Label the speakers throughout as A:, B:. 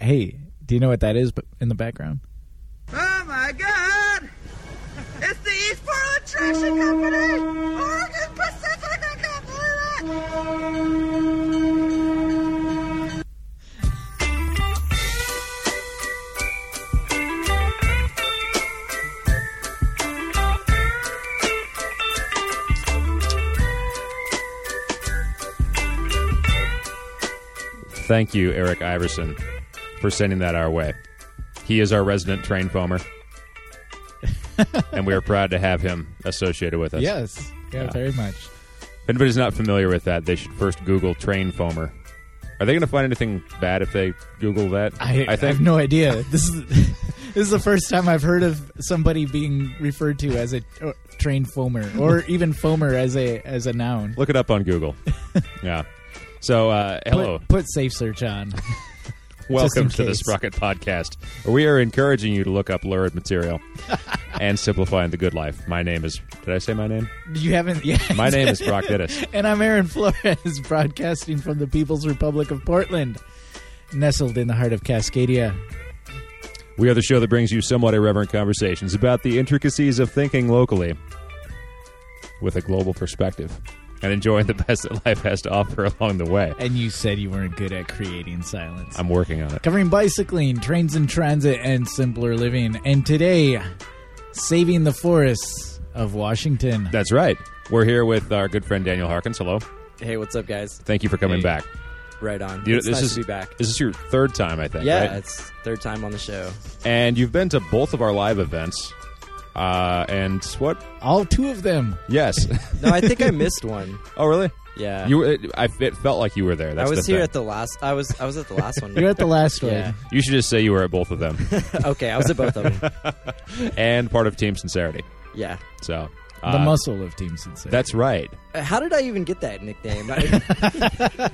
A: Hey, do you know what that is b- in the background?
B: Oh my God! It's the East Portland Traction Company, Oregon Pacific. I can't believe it.
C: Thank you, Eric Iverson, for sending that our way. He is our resident train foamer, and we are proud to have him associated with us.
A: Yes. Yeah,
C: Yeah.
A: very much.
C: If anybody's not familiar with that, they should first Google train foamer. Are they going to find anything bad if they Google that?
A: I, I have no idea. This is this is the first time I've heard of somebody being referred to as a uh, trained foamer, or even foamer as a as a noun.
C: Look it up on Google. yeah. So, uh, hello.
A: Put, put safe search on.
C: Welcome
A: just in
C: to the
A: case.
C: Sprocket Podcast. We are encouraging you to look up lurid material and simplifying the good life. My name is. Did I say my name?
A: You haven't. Yeah.
C: My name is Brock Dittus.
A: And I'm Aaron Flores, broadcasting from the People's Republic of Portland, nestled in the heart of Cascadia.
C: We are the show that brings you somewhat irreverent conversations about the intricacies of thinking locally with a global perspective and enjoying the best that life has to offer along the way.
A: And you said you weren't good at creating silence.
C: I'm working on it.
A: covering bicycling, trains in transit, and simpler living. And today, saving the forests of Washington.
C: That's right. We're here with our good friend Daniel Harkins. Hello.
D: Hey, what's up, guys?
C: Thank you for coming
A: Hey.
C: back.
D: Right on.
C: You know,
D: it's nice to be back.
C: This is your third time, I think.
D: Yeah,
C: right?
D: it's third time on the show.
C: and you've been to both of our live events. Uh, and what?
A: All two of them.
C: Yes.
D: No, I think I missed one.
C: oh, really?
D: Yeah,
C: You were, it, I, it felt like you were there.
D: I
C: That's
D: was
C: the
D: here
C: thing.
D: at the last. I was I was at the last one.
A: You're at the last one.
D: Yeah.
C: You should just say you were at both of them,
D: okay, I was at both of them.
C: and part of Team Sincerity.
D: Yeah.
C: So
A: The
C: uh,
A: muscle of Team Sincere.
C: That's right.
D: Uh, How did I even get that nickname? I,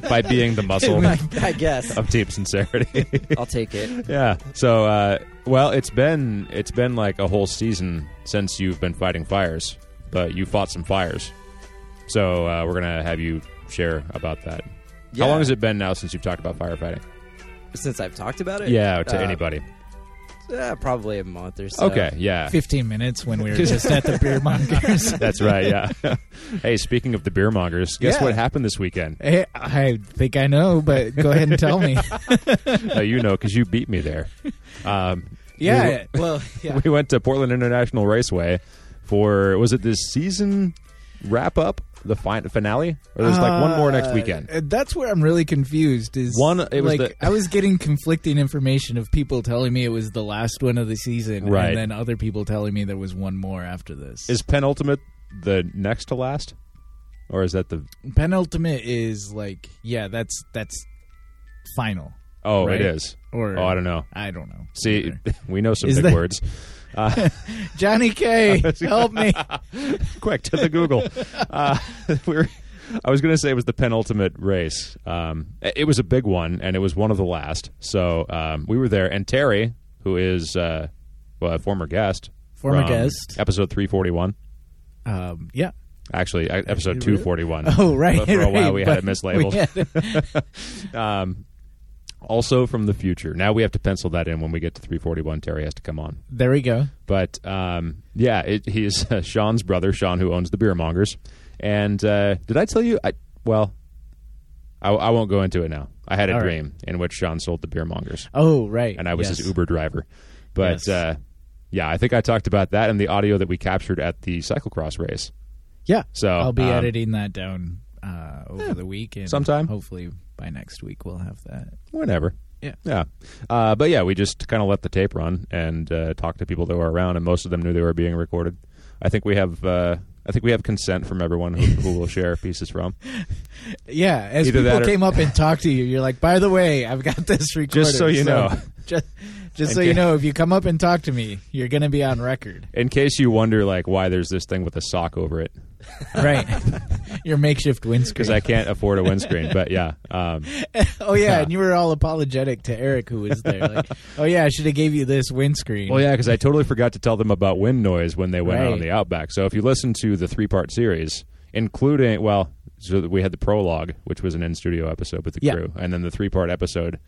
C: By being the muscle
D: I guess
C: of Team Sincerity.
D: I'll take it.
C: yeah. So, uh, well, it's been it's been like a whole season since you've been fighting fires, but you fought some fires. So uh, we're gonna have you share about that.
D: Yeah.
C: How long has it been now since you've talked about firefighting?
D: Since I've talked about it,
C: Yeah, to
D: Uh,
C: anybody.
D: yeah, probably a month or so.
C: okay, yeah.
A: 15 minutes when we were just at the beer mongers.
C: That's right, yeah. hey, speaking of the beer mongers, guess
A: Yeah.
C: what happened this weekend?
A: Hey, I think I know, but go ahead and tell me.
C: Uh, you know, because you beat me there. Um,
A: Yeah. well, yeah.
C: we went to Portland International Raceway for was it this season wrap up the fi- finale or there's like one more next
A: Uh,
C: weekend.
A: uh, That's where I'm really confused. Is
C: One- it was
A: like
C: the-
A: I was getting conflicting information of people telling me it was the last one of the season,
C: Right.
A: And then other people telling me there was one more after this.
C: Is penultimate the next to last, or is that the?
A: penultimate is like yeah, that's that's final
C: Oh,
A: Right.
C: it is.
A: or
C: oh, I don't know.
A: I don't know.
C: See,
A: Either.
C: we know some
A: Is
C: big
A: that-
C: words.
A: Johnny K, help me.
C: Quick to the Google. Uh, we were, I was going to say it was the penultimate race. Um, it it was a big one, and it was one of the last. So um, we were there, and Terry, who is uh, well, a former guest,
A: Former
C: from
A: guest.
C: episode three forty one.
A: Um, yeah.
C: Actually, I- episode
A: really?
C: two forty one.
A: Oh, right.
C: But for a while
A: right,
C: we had it
A: but
C: mislabeled.
A: we had it.
C: Um, also from the future. Now we have to pencil that in when we get to three forty one. Terry has to come on.
A: There we go.
C: But um, yeah, it, he's uh, Sean's brother, Sean, who owns the beer mongers. And uh, did I tell you? I well, I, I won't go into it now. I had a
A: All right.
C: dream in which Sean sold the beer mongers,
A: Oh, right.
C: and I was
A: yes.
C: his Uber driver. But
A: Yes.
C: uh, yeah, I think I talked about that and the audio that we captured at the cyclocross race.
A: Yeah.
C: So,
A: I'll be
C: um,
A: editing that down uh, over the week and
C: sometime.
A: Hopefully by next week we'll have that.
C: Whenever.
A: Yeah.
C: Yeah. Uh, but yeah, we just kind of let the tape run and uh, talked to people that were around, and most of them knew they were being recorded. I think we have. Uh, I think we have consent from everyone who, who will share pieces from.
A: Yeah, as
C: Either that
A: people
C: or-
A: came up and talked to you, you're like, "By the way, I've got this recorded."
C: so you know.
A: just just so you
C: Okay.
A: know, if you come up and talk to me, you're going to be on record,
C: In case you wonder, like, why there's this thing with a sock over it,
A: right? Your makeshift windscreen.
C: because I can't afford a windscreen. But yeah, um,
A: oh yeah, and you were all apologetic to Eric who was there. Like, oh yeah, I should have gave you this windscreen.
C: well, Oh, yeah, because I totally forgot to tell them about wind noise when they went out on
A: Right.
C: the Outback. So if you listen to the three part series, including well, so we had the prologue, which was an in studio episode with the
A: Yeah.
C: crew, and then the three part episode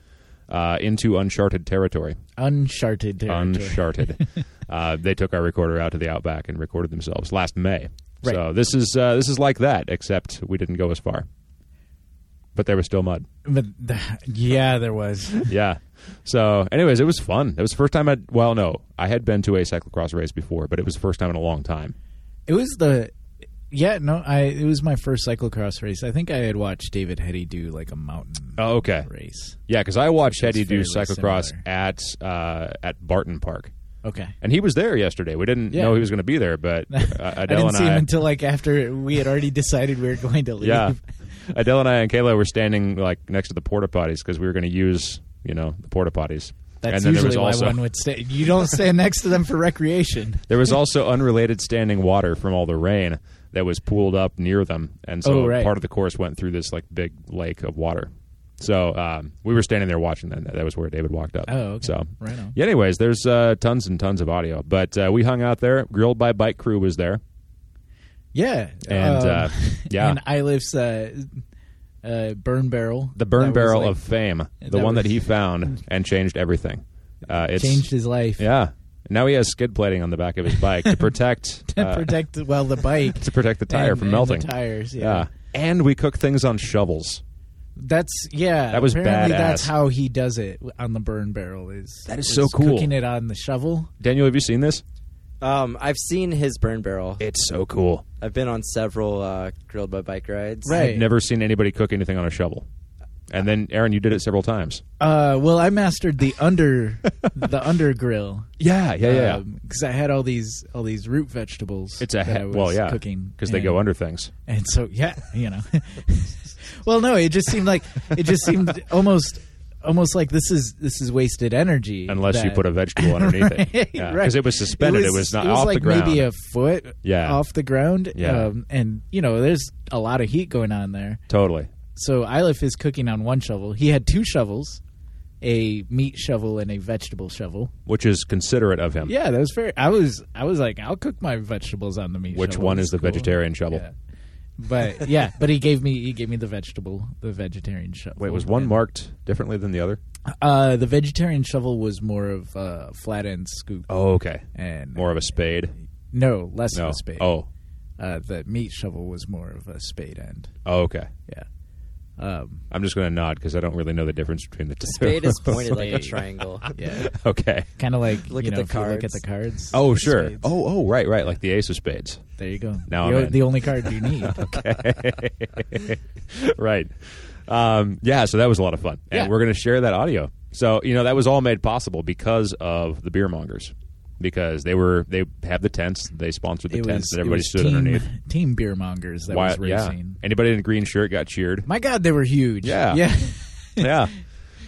C: uh, into uncharted territory.
A: Uncharted territory.
C: Uncharted. uh, they took our recorder out to the outback and recorded themselves last May.
A: Right.
C: So this is uh, this is like that, except we didn't go as far. But there was still mud.
A: but the, yeah, there was.
C: yeah. So, anyways, it was fun. It was the first time I. Well, no, I had been to a cyclocross race before, but it was the first time in a long time.
A: It was the yeah no I it was my first cyclocross race. I think I had watched David Hetty do like a mountain
C: Oh, okay.
A: race.
C: Yeah, because I watched Hetty do
A: fairly
C: cyclocross
A: similar.
C: at uh, at Barton Park,
A: Okay.
C: and he was there yesterday. We didn't
A: Yeah.
C: know he was going to be there, but uh,
A: I
C: Adele
A: didn't
C: and
A: see
C: I.
A: him until like after we had already decided we were going to leave.
C: yeah, Adele and I and Kayla were standing like next to the porta potties because we were going to use you know the porta potties.
A: That's
C: and then
A: usually
C: there
A: why
C: was also
A: one would stay. You don't stand next to them for recreation.
C: there was also unrelated standing water from all the rain that was pooled up near them, and so
A: Oh, right.
C: part of the course went through this like big lake of water. So um, we were standing there watching them. That was where David walked up.
A: Oh, okay.
C: So
A: Right on.
C: Yeah, anyways, there's uh, tons and tons of audio, but uh, we hung out there. Grilled by Bike Crew was there.
A: Yeah.
C: And,
A: um,
C: uh, yeah.
A: And Iliff's uh, uh, burn barrel.
C: The burn
A: that was,
C: barrel
A: like,
C: of fame, the
A: that
C: one
A: was-
C: that he found and changed everything. Uh, it's,
A: changed his life.
C: Yeah. Now he has skid plating on the back of his bike to protect
A: To
C: uh,
A: protect well the bike
C: to protect the tire
A: and-
C: from
A: and the
C: melting.
A: tires. Yeah.
C: yeah. And we cook things on shovels.
A: That's yeah.
C: That was
A: apparently
C: badass.
A: That's how he does it on the burn barrel. Is
C: That is
A: is
C: so cool.
A: Cooking it on the shovel.
C: Daniel, have you seen this?
D: Um, I've seen his burn barrel.
C: It's so cool.
D: I've been on several uh, grilled by bike rides.
A: Right.
C: I've never seen anybody cook anything on a shovel. And then Aaron, you did it several times.
A: Uh, well, I mastered the under the under grill.
C: Yeah, yeah,
A: Because I had all these all these root vegetables.
C: it's a
A: Um, that I
C: he-
A: was
C: well, yeah,
A: cooking
C: because they
A: and-
C: go under things.
A: And so yeah, you know. well, no, it just seemed like it just seemed almost almost like this is this is wasted energy
C: Unless you
A: that-
C: put a vegetable underneath it,
A: Right,
C: because
A: right.
C: it was suspended. It was, not off
A: like
C: the ground.
A: Maybe a foot
C: Yeah.
A: off the ground.
C: Yeah.
A: Um, and you know, there's a lot of heat going on there.
C: totally.
A: So Ilif is cooking on one shovel. He had two shovels, a meat shovel and a vegetable shovel.
C: Which is considerate of him.
A: Yeah, that was fair. I was I was like, I'll cook my vegetables on the meat.
C: Which
A: shovel.
C: one
A: It's
C: is the
A: cool.
C: vegetarian shovel?
A: Yeah. But yeah, but he gave me he gave me the vegetable the vegetarian shovel.
C: Wait, was one
A: And,
C: marked differently than the other?
A: Uh, the vegetarian shovel was more of a flat end scoop
C: Oh, okay.
A: and
C: More of a spade.
A: no less
C: No.
A: of a spade.
C: Oh,
A: uh, the meat shovel was more of a spade end.
C: oh okay.
A: Yeah. Um,
C: I'm just going to nod because I don't really know the difference between the two.
D: Spade is pointed like a
A: Spade.
D: triangle.
A: yeah.
C: okay.
A: kind of like
D: Look
A: you
D: at
A: know,
D: the
A: if you Look at
D: cards.
A: the cards.
C: Oh, sure.
A: Spades.
C: Oh, oh, right, right. Like the ace of spades.
A: there you go. the,
C: Now I'm
A: o-
C: in.
A: the only card you need.
C: right. Um, yeah, so that was a lot of fun. And
A: Yeah.
C: we're going to share that audio. So, you know, that was all made possible because of the beer mongers. Because they were they have the tents, they sponsored the
A: It
C: tents
A: was
C: that everybody
A: it was
C: stood
A: team,
C: underneath.
A: Team beer mongers that was
C: Why- yeah.
A: racing.
C: Anybody in a green shirt got cheered.
A: My God, they were huge.
C: Yeah.
A: Yeah.
C: yeah.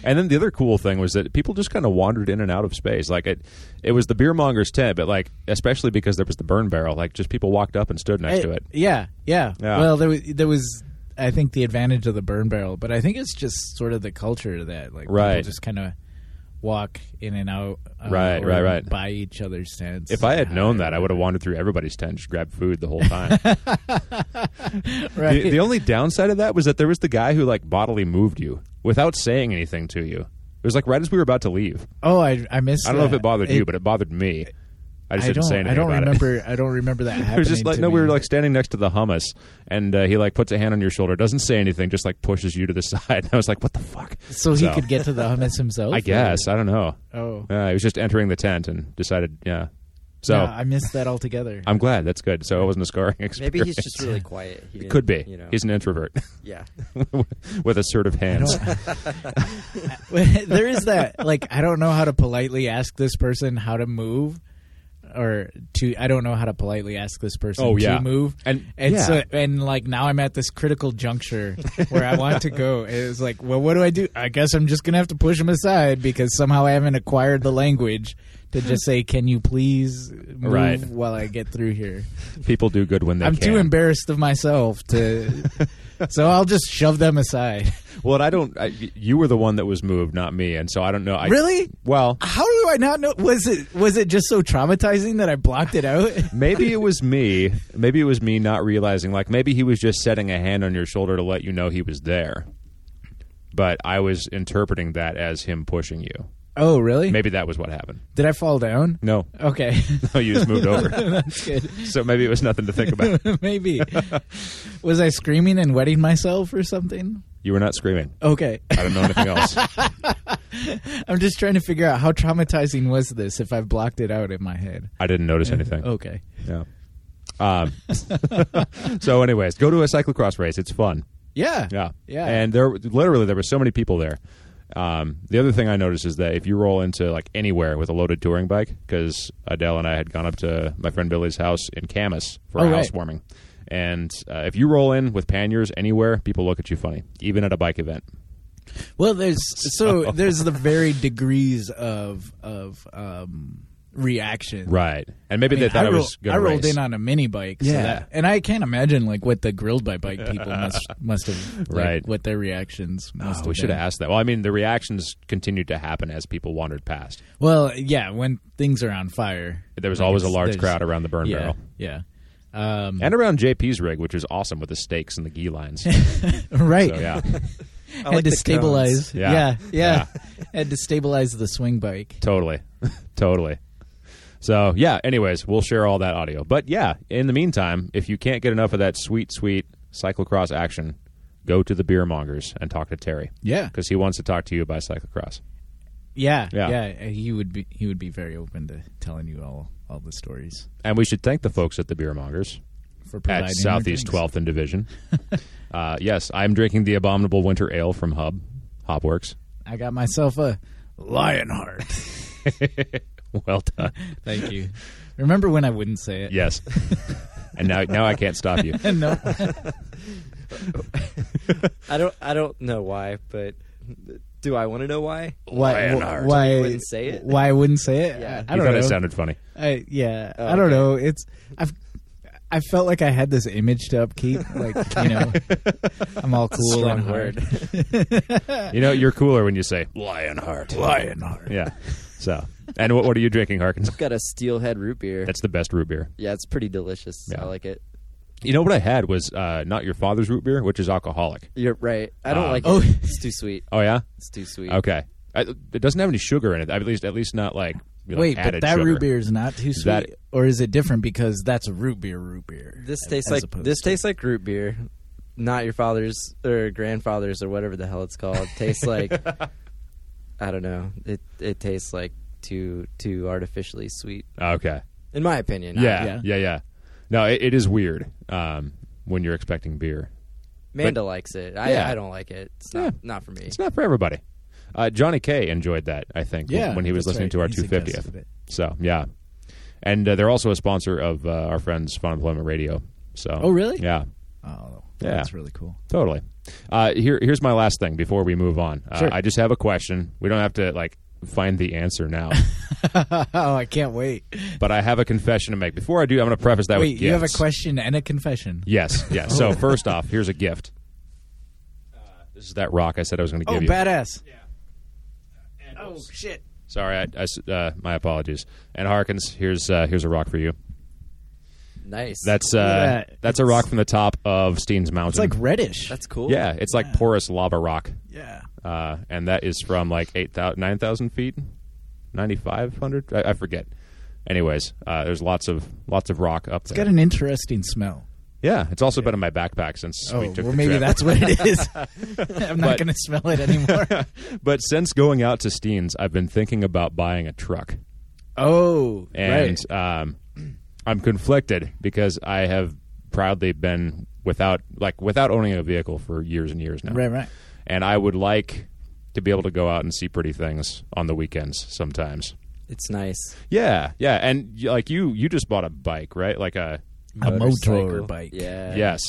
C: And then the other cool thing was that people just kind of wandered in and out of space. Like it, it was the beer monger's tent, but like especially because there was the burn barrel, like just people walked up and stood next to it.
A: Yeah. Yeah.
C: Yeah.
A: Well, there was, there was I think the advantage of the burn barrel, but I think it's just sort of the culture that like
C: Right.
A: people just kind of walk in and out. uh,
C: Right,
A: or
C: right, right.
A: By each other's tents. Uh,
C: If I had known that, I would have wandered through everybody's tent, just grabbed food the whole time.
A: Right.
C: the, the only downside of that was that there was the guy who like bodily moved you without saying anything to you. It was like right as we were about to leave.
A: oh, I I missed.
C: I don't know if
A: that.
C: it bothered you, but it bothered me. I just
A: I
C: didn't
A: don't.
C: say anything
A: I don't
C: about it.
A: remember. I don't remember that happening.
C: It was just like
A: to
C: no, we
A: me.
C: were like standing next to the hummus, and uh, he like puts a hand on your shoulder, doesn't say anything, just like pushes you to the side. And I was like, what the fuck?
A: so he
C: so-
A: could get to the hummus himself.
C: I
A: or-
C: guess I don't know.
A: Oh,
C: Uh, he was just entering the tent and decided, yeah. So
A: no, I missed that altogether.
C: I'm glad that's good. So it wasn't a scarring experience.
D: Maybe he's just really quiet. He didn't-
C: could be.
D: You know.
C: He's an introvert
D: yeah.
C: with assertive
A: I
C: hands.
A: don't, there is that like I don't know how to politely ask this person how to move, or to I don't know how to politely ask this person
C: Oh, yeah.
A: to move,
C: And-
A: and
C: yeah.
A: so and like now I'm at this critical juncture where I want to go. And It's like, well, what do I do? I guess I'm just gonna have to push him aside because somehow I haven't acquired the language to just say, "Can you please move
C: Right.
A: while I get through here?"
C: People do good when they
A: I'm
C: can.
A: too embarrassed of myself to, so I'll just shove them aside.
C: Well, and I don't. I, you were the one that was moved, not me, and so I don't know. I,
A: Really?
C: Well,
A: How do I not know? Was it was it just so traumatizing that I blocked it out?
C: maybe it was me. Maybe it was me not realizing. Like maybe he was just setting a hand on your shoulder to let you know he was there. but I was interpreting that as him pushing you.
A: Oh, really?
C: Maybe that was what happened.
A: Did I fall down?
C: No,
A: Okay,
C: no, you just moved over.
A: that's good.
C: so maybe it was nothing to think about.
A: Maybe was I screaming and wetting myself or something?
C: You were not screaming.
A: Okay,
C: I don't know anything else.
A: I'm just trying to figure out how traumatizing was this if I've blocked it out in my head.
C: I didn't notice anything.
A: Okay.
C: Yeah. Um, so, anyways, go to a cyclocross race. It's fun.
A: Yeah.
C: Yeah.
A: Yeah.
C: And there, literally, there were so many people there. Um, the other thing I noticed is that if you roll into like anywhere with a loaded touring bike, because Adele and I had gone up to my friend Billy's house in Camas for
A: Oh,
C: a
A: right.
C: housewarming, and uh, if you roll in with panniers anywhere, people look at you funny, even at a bike event.
A: Well, there's so there's the varied degrees of of um, reaction.
C: Right. And maybe
A: I, mean,
C: they thought
A: I
C: I,
A: roll-
C: was going
A: I
C: to
A: rolled
C: race.
A: in on a mini bike. so
C: Yeah.
A: that- and I can't imagine like what the grilled by bike people must must have like,
C: Right.
A: What their reactions must
C: Oh,
A: have
C: we should
A: been.
C: have asked that. Well, I mean, the reactions continued to happen as people wandered past.
A: Well, yeah, when things are on fire,
C: There was
A: Like,
C: always a
A: it's-
C: large
A: there's-
C: crowd around the burn
A: Yeah,
C: barrel
A: yeah. Um,
C: and around JP's rig, which is awesome with the stakes and the gee lines. So,
A: right.
C: yeah,
D: I
A: Had
D: like
A: to
D: the
A: stabilize.
D: cones.
C: Yeah.
A: Yeah. yeah. Had to stabilize the swing bike.
C: totally, totally. So yeah. Anyways, we'll share all that audio. But yeah, in the meantime, if you can't get enough of that sweet, sweet cyclocross action, go to the beer mongers and talk to Terry
A: Yeah.
C: because he wants to talk to you about cyclocross.
A: Yeah,
C: Yeah.
A: yeah, and He would be he would be very open to telling you all all the stories
C: And we should thank the folks at the beer mongers
A: for providing
C: at
A: their
C: Southeast
A: drinks.
C: Twelfth and Division. uh, yes, I'm drinking the abominable winter ale from Hub Hopworks.
A: I got myself a Lionheart.
C: Well done.
A: Thank you. Remember when I wouldn't say it?
C: Yes. and now now I can't stop you.
A: no.
D: I don't. I don't know why, but do I want to know why?
A: Why?
C: Lionheart.
A: Why
D: You wouldn't say it?
A: Why I wouldn't say it?
D: Yeah.
A: I, I
C: you
A: don't
C: thought
A: know.
C: it sounded funny.
A: I, yeah,
C: Oh,
A: I don't know. It's I've I felt like I had this image to upkeep, like you know, I'm all cool
D: strong
A: and hard.
C: You know, you're cooler when you say Lionheart.
A: Lionheart.
C: Yeah. So, and what, what are you drinking, Harkins?
D: Got a steelhead root beer.
C: That's the best root beer.
D: yeah, it's pretty delicious.
C: Yeah.
D: I like it.
C: You know what I had was uh, not your father's root beer, which is alcoholic.
D: You're right. I don't
C: Um,
D: like
A: Oh.
D: it. It's too sweet.
C: Oh yeah.
D: It's too sweet.
C: Okay. I, it doesn't have any sugar in it. At least, at least not like you know,
A: Wait, but
C: added
A: that
C: sugar.
A: root beer is not too sweet,
C: That-
A: or is it different because that's a root beer? Root beer.
D: This
A: as-
D: tastes
A: as
D: like
A: opposed
D: this
A: to-
D: tastes like root beer, not your father's or grandfather's or whatever the hell it's called. tastes like I don't know. It it tastes like too too artificially sweet,
C: Okay.
D: in my opinion.
C: Yeah. Yeah.
A: Ah, Yeah.
C: Yeah. No, it, it is weird um, when you're expecting beer.
D: Manda likes it. I,
C: Yeah.
D: I don't like it. It's not
C: Yeah.
D: not for me.
C: It's not for everybody. Uh, Johnny Kay enjoyed that, I think,
A: Yeah,
C: when he was
A: that's
C: listening
A: right.
C: to our
A: He
C: 250th.
A: suggested it.
C: So, yeah. And uh, they're also a sponsor of uh, our friends Fun Employment Radio. So,
A: Oh, really?
C: Yeah,
A: Oh,
C: Yeah.
A: that's really cool.
C: totally. Uh, here, here's my last thing before we move on. Uh,
A: Sure.
C: I just have a question. We don't have to like find the answer now,
A: oh, I can't wait.
C: but I have a confession to make. Before I do, I'm going to preface that
A: Wait,
C: with
A: you have a
C: gifts.
A: question Oh. and a confession.
C: Yes, yes. So first off, here's a gift. Uh, This is that rock I said I was going to
A: Oh,
C: give you.
A: badass! Oh shit!
C: Sorry, I, I s- uh, my apologies. And Harkins, here's uh, here's a rock for you.
D: Nice.
C: That's uh,
A: Look at that.
C: that's a rock from the top of Steens
A: It's
C: Mountain.
A: like reddish.
D: that's cool.
C: yeah, it's like porous lava rock,
A: yeah.
C: uh, and that is from like 8,000, 9,000 feet, ninety five hundred. I, I forget. Anyways, uh, there's lots of lots of rock up
A: It's
C: there.
A: got an interesting smell.
C: yeah, it's also been in my backpack since
A: Oh,
C: we took
A: well,
C: the
A: maybe
C: trip.
A: that's what it is. I'm
C: But-
A: not going to smell it anymore.
C: but since going out to Steens, I've been thinking about buying a truck.
A: oh,
C: and
A: right.
C: um, I'm conflicted because I have proudly been without like without owning a vehicle for years and years now.
A: Right, right.
C: And I would like to be able to go out and see pretty things on the weekends sometimes.
D: It's nice.
C: Yeah, yeah, and y- like you, you just bought a bike, right? Like a
A: A motor
D: Motorcycle.
A: bike.
D: Yeah.
C: yes,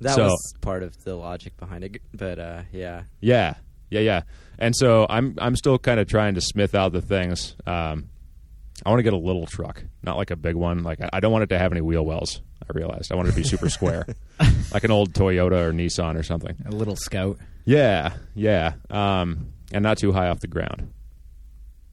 D: That
C: So-
D: was part of the logic behind it, but uh, yeah.
C: yeah, yeah, yeah. And so I'm I'm still kind of trying to smith out the things. Um, I want to get a little truck, not like a big one. Like I, I don't want it to have any wheel wells. I realized I want it to be super square, like an old Toyota or Nissan or something.
A: A little scout.
C: Yeah, yeah, um, and not too high off the ground.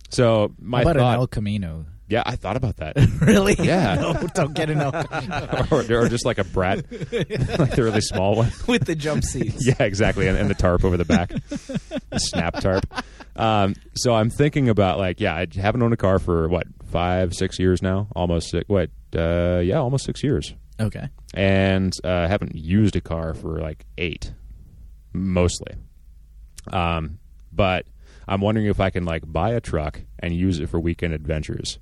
C: So my
A: How about
C: thought,
A: an El Camino?
C: Yeah, I thought about that.
A: Really?
C: Yeah.
A: no, don't get an Elk
C: or, or just like a brat, like the really small one.
A: with the jump seats.
C: Yeah, exactly. And, and the tarp over the back, the snap tarp. Um, so I'm thinking about like, yeah, I haven't owned a car for what five, six years now, almost six. What? Uh, yeah, almost six years,
A: Okay.
C: and uh, haven't used a car for like eight, mostly. Um, but I'm wondering if I can like buy a truck and use it for weekend adventures.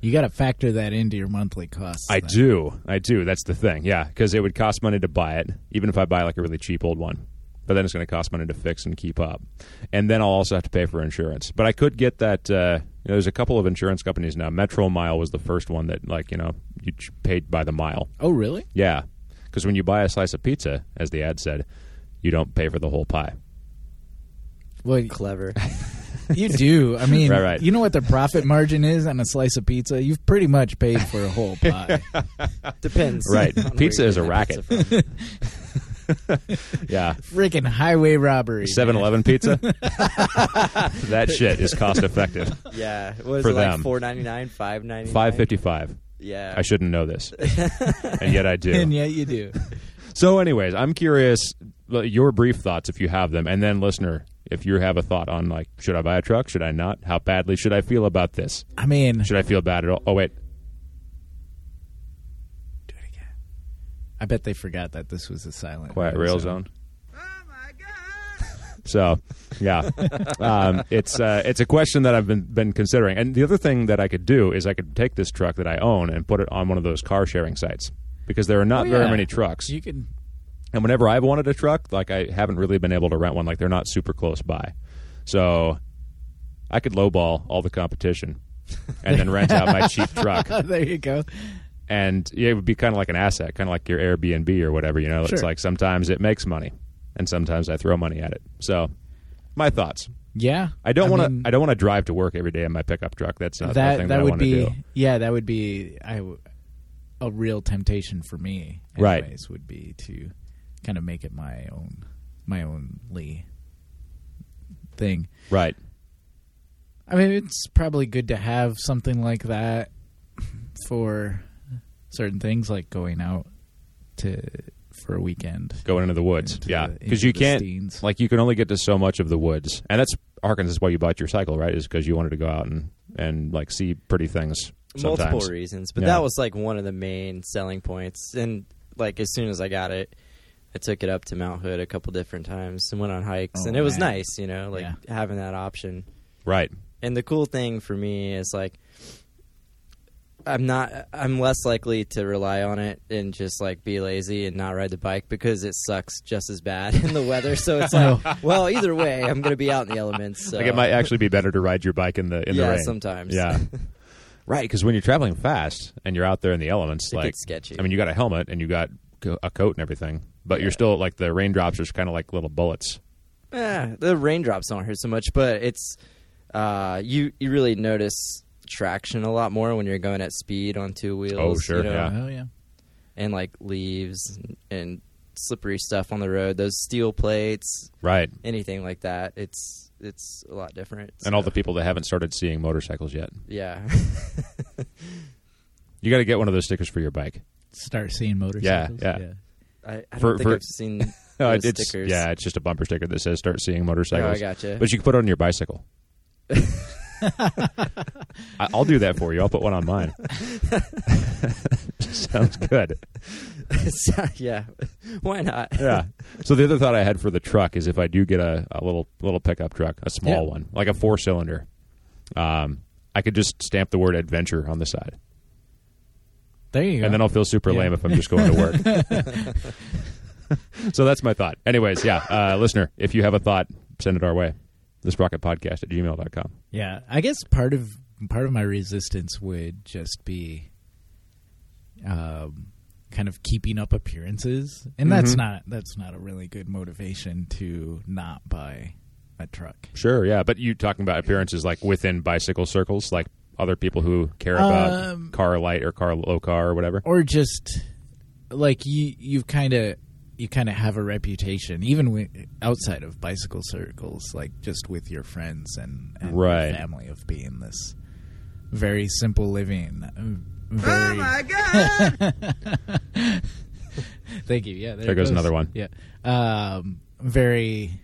A: You got to factor that into your monthly costs.
C: I
A: then.
C: do. I do. That's the thing. Yeah, because it would cost money to buy it, even if I buy like a really cheap old one. But then it's going to cost money to fix and keep up, and then I'll also have to pay for insurance. But I could get that. Uh, you know, there's a couple of insurance companies now. Metro Mile was the first one that, like, you know, you ch- paid by the mile.
A: Oh, really?
C: Yeah, because when you buy a slice of pizza, as the ad said, you don't pay for the whole pie.
A: Well,
D: Clever.
A: you do. I mean,
C: Right, right.
A: you know what the profit margin is on a slice of pizza? You've pretty much paid for a whole pie.
D: Depends.
C: Right.
D: on where
C: Pizza
D: you're
C: is a
D: getting
C: racket.
D: that pizza from.
C: Yeah,
A: Freaking highway robbery.
C: 7-Eleven pizza. that shit is cost effective.
D: yeah. What is
C: For
D: it like
C: them.
D: four ninety nine, five ninety nine?
C: Five fifty five.
D: Yeah.
C: I shouldn't know this, and yet I do.
A: man. And yet you do.
C: So, anyways, I'm curious l- your brief thoughts if you have them, and then listener, if you have a thought on like, should I buy a truck? Should I not? How badly should I feel about this?
A: I mean,
C: Should I feel bad at all? Oh wait,
A: I bet they forgot that this was a silent.
C: quiet rail zone.
B: Oh my god!
C: So, yeah, um, it's uh, it's a question that I've been been considering. And the other thing that I could do is I could take this truck that I own and put it on one of those car sharing sites because there are not
A: Oh,
C: very
A: yeah.
C: many trucks.
A: You can.
C: And whenever I've wanted a truck, like I haven't really been able to rent one. Like they're not super close by, so I could lowball all the competition and then rent out my cheap truck.
A: oh, there you go.
C: And yeah, it would be kind of like an asset, kind of like your Airbnb or whatever. You know,
A: Sure.
C: it's like sometimes it makes money, and sometimes I throw money at it. So my thoughts.
A: Yeah.
C: I don't want
A: mean,
C: to. I don't want to drive to work every day in my pickup truck. That's not the
A: that
C: thing
A: that
C: I
A: would
C: want to
A: be
C: do.
A: yeah that would be I w- a real temptation for me
C: Right.
A: anyways, would be to kind of make it my own my only thing
C: Right.
A: I mean it's probably good to have something like that for certain things like going out to for a weekend
C: going into the woods.
A: Into
C: yeah,
A: the-
C: because
A: into
C: you
A: the
C: can't
A: steens.
C: like you can only get to so much of the woods, and that's Arkansas is why you bought your cycle, right? Is because you wanted to go out and and like see pretty things. Sometimes.
D: multiple reasons, but
C: Yeah.
D: that was like one of the main selling points. And like as soon as I got it, I took it up to Mount Hood a couple different times and went on hikes,
A: Oh,
D: and it was
A: man.
D: nice, you know, like
A: Yeah.
D: having that option.
C: Right.
D: And the cool thing for me is like I'm not I'm less likely to rely on it and just like be lazy and not ride the bike because it sucks just as bad in the weather. So it's like, well, either way, I'm going to be out in the elements. So.
C: Like it might actually be better to ride your bike in the in
D: Yeah,
C: the rain
D: sometimes.
C: Yeah. right, because when you're traveling fast and you're out there in the elements,
D: It
C: like
D: gets sketchy.
C: I mean, you got a helmet and you got co- a coat and everything, but you're still like the raindrops are kind of like little bullets.
D: Eh, the raindrops don't hurt so much, but it's uh, you you really notice traction a lot more when you're going at speed on two wheels.
C: Oh, sure,
D: you know,
C: yeah.
A: oh yeah
D: and like leaves and, and slippery stuff on the road. Those steel plates,
C: Right.
D: anything like that. It's it's a lot different.
C: And all the people that haven't started seeing motorcycles yet,
D: yeah,
C: you got to get one of those stickers for your bike.
A: start seeing motorcycles
C: yeah.
D: I, I
C: For-
D: don't think
C: for-
D: I've seen
C: No,
D: those
C: it's,
D: stickers.
C: Yeah, it's just a bumper sticker that says "Start seeing motorcycles."
D: Oh, I gotcha.
C: But you can put it on your bicycle. I- I'll do that for you. I'll put one on mine. Sounds good.
D: So, yeah. Why not?
C: Yeah. So the other thought I had for the truck is if I do get a, a little little pickup truck, a small
A: Yeah.
C: one, like a four cylinder, um, I could just stamp the word adventure on the side,
A: there you go
C: and then I'll feel super
A: Yeah.
C: lame if I'm just going to work. so that's my thought. Anyways, yeah, uh, listener, if you have a thought, send it our way. This rocket podcast at gmail.com.
A: Yeah, I guess part of part of my resistance would just be um, kind of keeping up appearances, and
C: Mm-hmm.
A: that's not that's not a really good motivation to not buy a truck.
C: Sure, yeah, but you talking about appearances like within bicycle circles, like other people who care
A: Um,
C: about car light or car low car or whatever.
A: or just like you you've kind of you kind of have a reputation even wi- outside of bicycle circles like just with your friends and, and
C: Right.
A: family of being this very simple living. uh, Very,
B: Oh my god!
A: Thank you. Yeah, there,
C: There
A: it
C: goes another one.
A: Yeah, um, very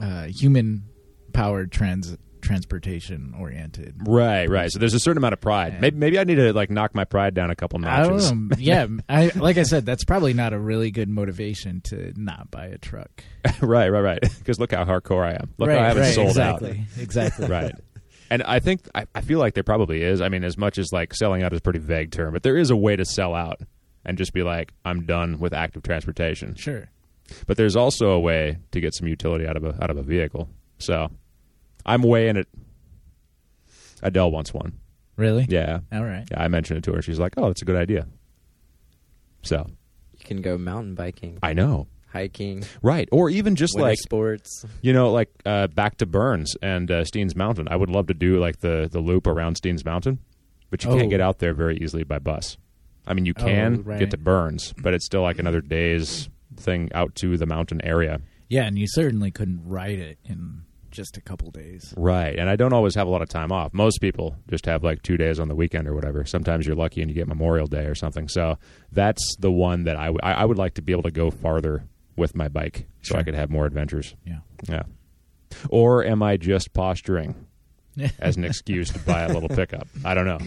A: uh, human powered trans transportation oriented.
C: Right, right. So there's a certain amount of pride. Maybe, maybe I need to like knock my pride down a couple
A: I
C: notches.
A: don't know. Um, Yeah, I, like I said, that's probably not a really good motivation to not buy a truck.
C: right, right, right. Because look how hardcore I am. Look
A: right,
C: how I haven't
A: right,
C: sold
A: exactly,
C: out.
A: exactly.
C: right. And I think I, I feel like there probably is. I mean, as much as like selling out is a pretty vague term, but there is a way to sell out and just be like, I'm done with active transportation.
A: Sure.
C: But there's also a way to get some utility out of a out of a vehicle. So I'm weighing it. Adele wants one.
A: Really?
C: Yeah.
A: All right.
C: Yeah, I mentioned it to her. She's like, "Oh, that's a good idea." So
D: You can go mountain biking,
C: I know,
D: hiking,
C: right? Or even just
D: winter
C: like
D: sports.
C: you know, like uh, back to Burns and uh, Steens Mountain. I would love to do like the the loop around Steens Mountain, but you
A: Oh.
C: can't get out there very easily by bus. I mean, you
A: Oh,
C: can
A: right.
C: get to Burns, but it's still like another day's thing out to the mountain area.
A: Yeah, and you certainly couldn't ride it in just a couple days.
C: Right. And I don't always have a lot of time off. Most people just have like two days on the weekend or whatever. Sometimes you're lucky and you get Memorial Day or something. So that's the one that I w- I- I would like to be able to go farther with my bike so I
A: Sure.
C: could have more adventures.
A: Yeah.
C: Yeah. Or am I just posturing as an excuse to buy a little pickup? I don't know.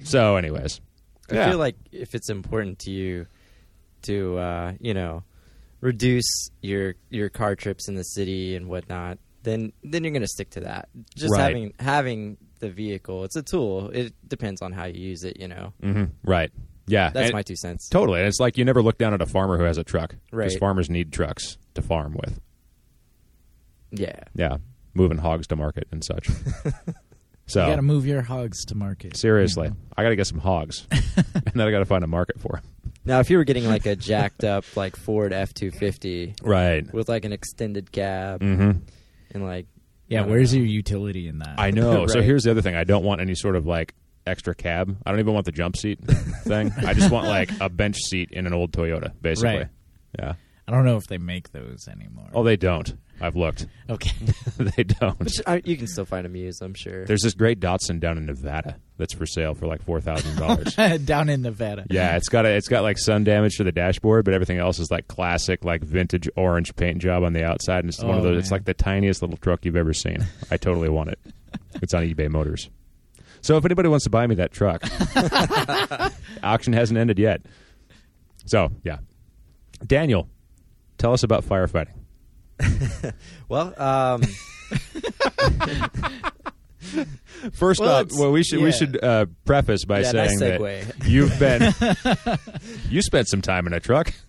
C: So, anyways.
D: I
C: Yeah.
D: feel like if it's important to you to uh, you know reduce your your car trips in the city and whatnot, then then you're gonna stick to that. Just
C: Right.
D: having having the vehicle, it's a tool. It depends on how you use it. You know,
C: Mhm. Right. Yeah.
D: that's
C: And-
D: my two cents.
C: Totally. And it's like you never look down at a farmer who has a truck. 'cause
D: Right.
C: farmers need trucks to farm with.
D: yeah,
C: Yeah. Moving hogs to market and such. so.
A: You got to move your hogs to market.
C: Seriously, I got to get some hogs, and then I got to find a market for. 'em.
D: Now, if you were getting like a jacked up like Ford F two fifty
C: Right.
D: with like an extended cab
C: Mm-hmm.
D: and like I
A: Yeah,
D: don't
A: where's
D: know.
A: your utility in that?
C: I know. So
D: Right.
C: here's the other thing: I don't want any sort of like extra cab. I don't even want the jump seat thing. I just want like a bench seat in an old Toyota, basically.
A: Right.
C: Yeah.
A: I don't know if they make those anymore.
C: Oh, they don't. I've looked.
A: okay.
C: they don't.
D: Which, I, you can still find them used, I'm sure.
C: There's this great Datsun down in Nevada that's for sale for like four thousand dollars.
A: Down in Nevada.
C: Yeah, it's got a, it's got like sun damage to the dashboard, but everything else is like classic, like vintage orange paint job on the outside, and it's one of
A: Oh,
C: those. It's
A: man.
C: like the tiniest little truck you've ever seen. I totally want it. It's on eBay Motors. So if anybody wants to buy me that truck, auction hasn't ended yet. So yeah, Daniel, tell us about firefighting.
D: well, um,
C: First
D: Well,
C: up,
D: it's-
C: well we should
D: yeah.
C: we should uh, preface by
D: Yeah, nice
C: saying
D: segue.
C: that you've been
D: Uh,
C: you spent some time in a truck.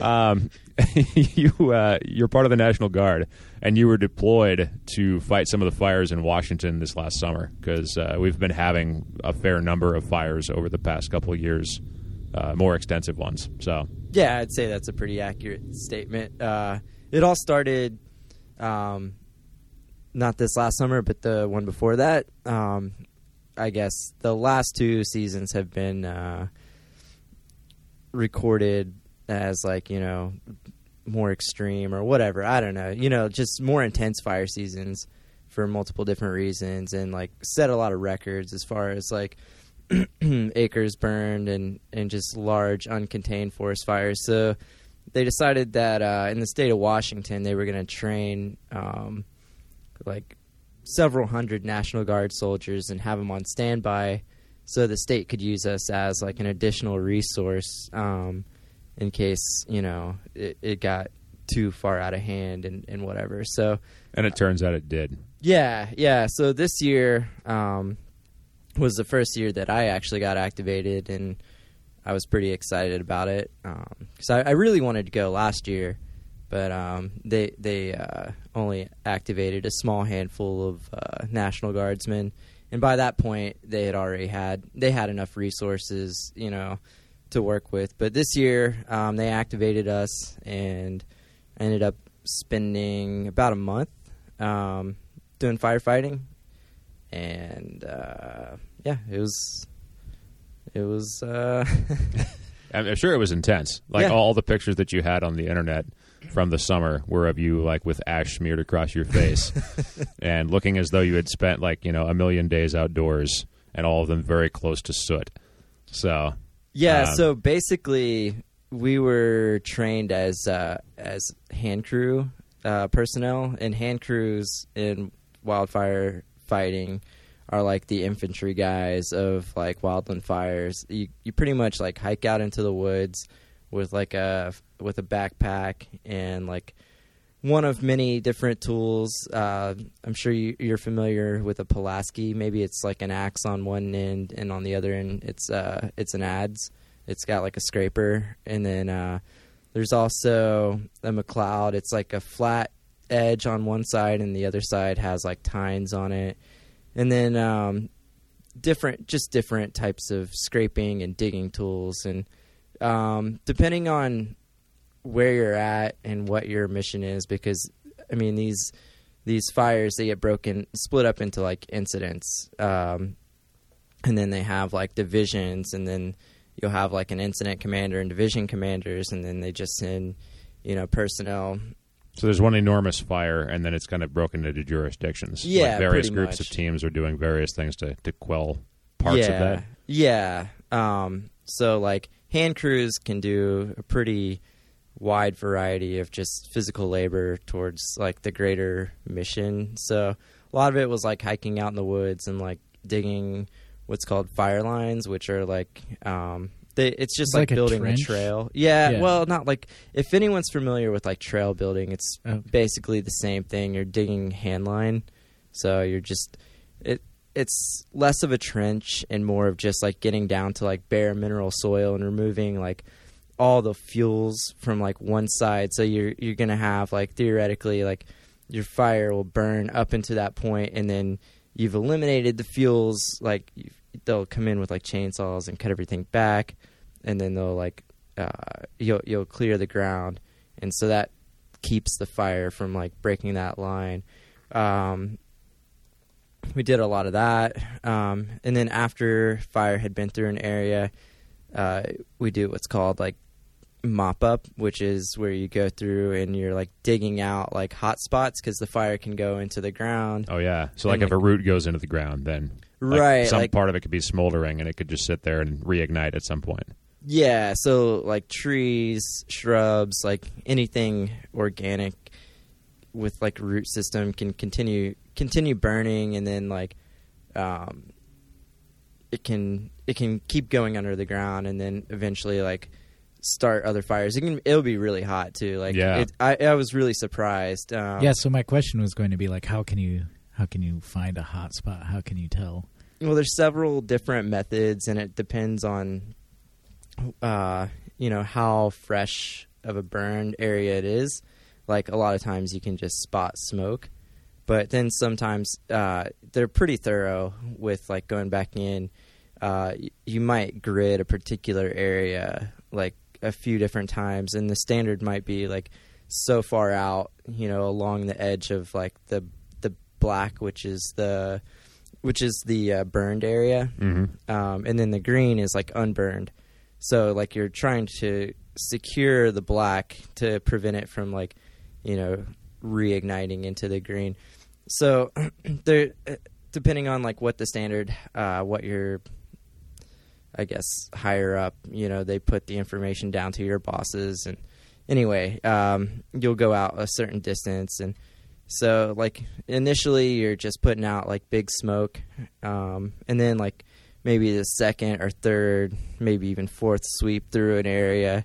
C: Um, you uh, you're part of the National Guard, and you were deployed to fight some of the fires in Washington this last summer because uh, we've been having a fair number of fires over the past couple of years, uh, more extensive ones. So
D: yeah, I'd say that's a pretty accurate statement. Uh, it all started um, not this last summer, but the one before that. Um, I guess the last two seasons have been uh, recorded as like you know more extreme or whatever. I don't know. You know, just more intense fire seasons for multiple different reasons, and like set a lot of records as far as like acres burned and and just large uncontained forest fires. So they decided that uh, in the state of Washington they were going to train um, like several hundred National Guard soldiers and have them on standby, so the state could use us as like an additional resource um, in case you know it, it got too far out of hand and, and whatever. So.
C: and it turns out it did.
D: Yeah, yeah. So this year um, was the first year that I actually got activated, and I was pretty excited about it because I, I really wanted to go last year, but um, they they uh, only activated a small handful of uh, National Guardsmen, and by that point they had already had they had enough resources, you know, to work with. But this year um, they activated us, and I ended up spending about a month um, doing firefighting, and uh, yeah, it was it was uh,
C: I'm I'm sure it was intense. Like
D: Yeah.
C: all the pictures that you had on the internet from the summer were of you like with ash smeared across your face and looking as though you had spent like, you know, a million days outdoors and all of them very close to soot. So
D: Yeah,
C: Um,
D: so basically we were trained as uh, as hand crew uh, personnel, and hand crews in wildfire fighting are like the infantry guys of like wildland fires. You you pretty much like hike out into the woods with like a with a backpack and like one of many different tools. Uh, I'm sure you, you're familiar with a Pulaski. Maybe it's like an axe on one end, and on the other end, it's uh, it's an ads. It's got like a scraper, and then uh, there's also a McLeod. It's like a flat edge on one side, and the other side has like tines on it, and then um, different, just different types of scraping and digging tools, and um, depending on where you're at and what your mission is because I mean these these fires they get broken split up into like incidents um, and then they have like divisions and then you'll have like an incident commander and division commanders and then they just send you know personnel
C: so there's one enormous fire, and then it's kind of broken into jurisdictions.
D: Yeah,
C: like various
D: pretty
C: groups
D: much.
C: of teams are doing various things to to quell parts
D: yeah.
C: of that.
D: Yeah. Um, so like hand crews can do a pretty wide variety of just physical labor towards like the greater mission. So a lot of it was like hiking out in the woods and like digging what's called fire lines, which are like um, they, it's just
A: Like
D: like,
A: a
D: building
A: trench?
D: a trail. Yeah,
A: Yeah.
D: Well, not like if anyone's familiar with like trail building, it's
A: Oh.
D: basically the same thing. You're digging hand line. So you're just it it's less of a trench and more of just like getting down to like bare mineral soil and removing like all the fuels from like one side. So you're you're gonna have like theoretically like your fire will burn up into that point and then you've eliminated the fuels like you they'll come in with like chainsaws and cut everything back and then they'll like uh, you'll you'll clear the ground and so that keeps the fire from like breaking that line um, we did a lot of that. Um, and then after fire had been through an area, uh, we do what's called like mop up, which is where you go through and you're like digging out like hot spots because the fire can go into the ground.
C: Oh yeah. So
D: And
C: like if a root goes into the ground, then like,
D: Right,
C: some
D: like-
C: part of it could be smoldering, and it could just sit there and reignite at some point.
D: Yeah, so like trees, shrubs, like anything organic with like root system can continue continue burning and then like um it can it can keep going under the ground and then eventually like start other fires. It can it'll be really hot too. Like
C: Yeah.
D: it, I I was really surprised. Um,
A: yeah, so my question was going to be like, how can you how can you find a hot spot? How can you tell?
D: Well, there's several different methods, and it depends on, uh, you know, how fresh of a burned area it is. Like a lot of times, you can just spot smoke, but then sometimes uh, they're pretty thorough with like going back in. Uh, y- you might grid a particular area like a few different times, and the standard might be like so far out, you know, along the edge of like the the black, which is the which is the uh, burned area,
C: Mm-hmm.
D: um, and then the green is like unburned. So like you're trying to secure the black to prevent it from like you know reigniting into the green. So there, uh, depending on like what the standard, uh, what your I guess higher up, you know, they put the information down to your bosses and anyway, um, you'll go out a certain distance and so like initially you're just putting out like big smoke. Um, and then like maybe the second or third, maybe even fourth sweep through an area,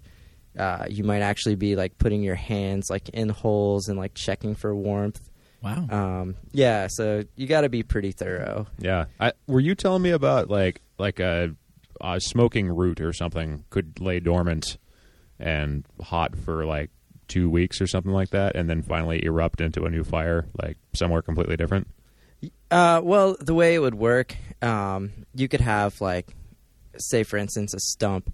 D: uh, you might actually be like putting your hands like in holes and like checking for warmth.
A: Wow.
D: Um, yeah, so you got to be pretty thorough.
C: Yeah. I, were you telling me about like like a, a smoking root or something could lay dormant and hot for like two weeks or something like that, and then finally erupt into a new fire, like somewhere completely different?
D: Uh, well, the way it would work, um, you could have like, say for instance, a stump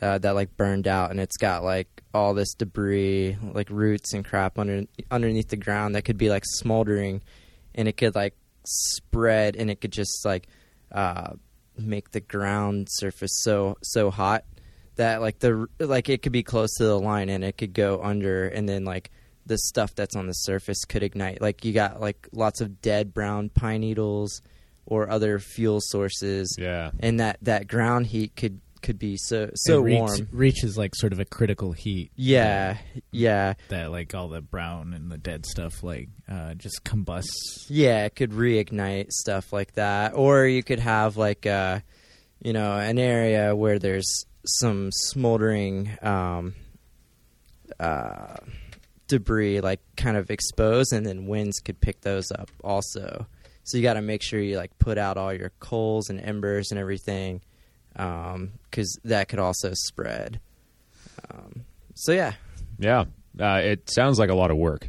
D: uh, that like burned out, and it's got like all this debris, like roots and crap under underneath the ground that could be like smoldering, and it could like spread, and it could just like uh, make the ground surface so so hot that like the like it could be close to the line and it could go under and then like the stuff that's on the surface could ignite like you got like lots of dead brown pine needles or other fuel sources.
C: Yeah.
D: And that, that ground heat could, could be so so
A: It reach-
D: warm.
A: reaches like sort of a critical heat
D: Yeah, yeah,
A: that like all the brown and the dead stuff like uh, just combusts.
D: yeah. It could reignite stuff like that, or you could have like uh you know, an area where there's some smoldering um, uh, debris, like kind of exposed, and then winds could pick those up also. So you got to make sure you like put out all your coals and embers and everything, because that could also spread. Um, so yeah,
C: Yeah, uh, it sounds like a lot of work.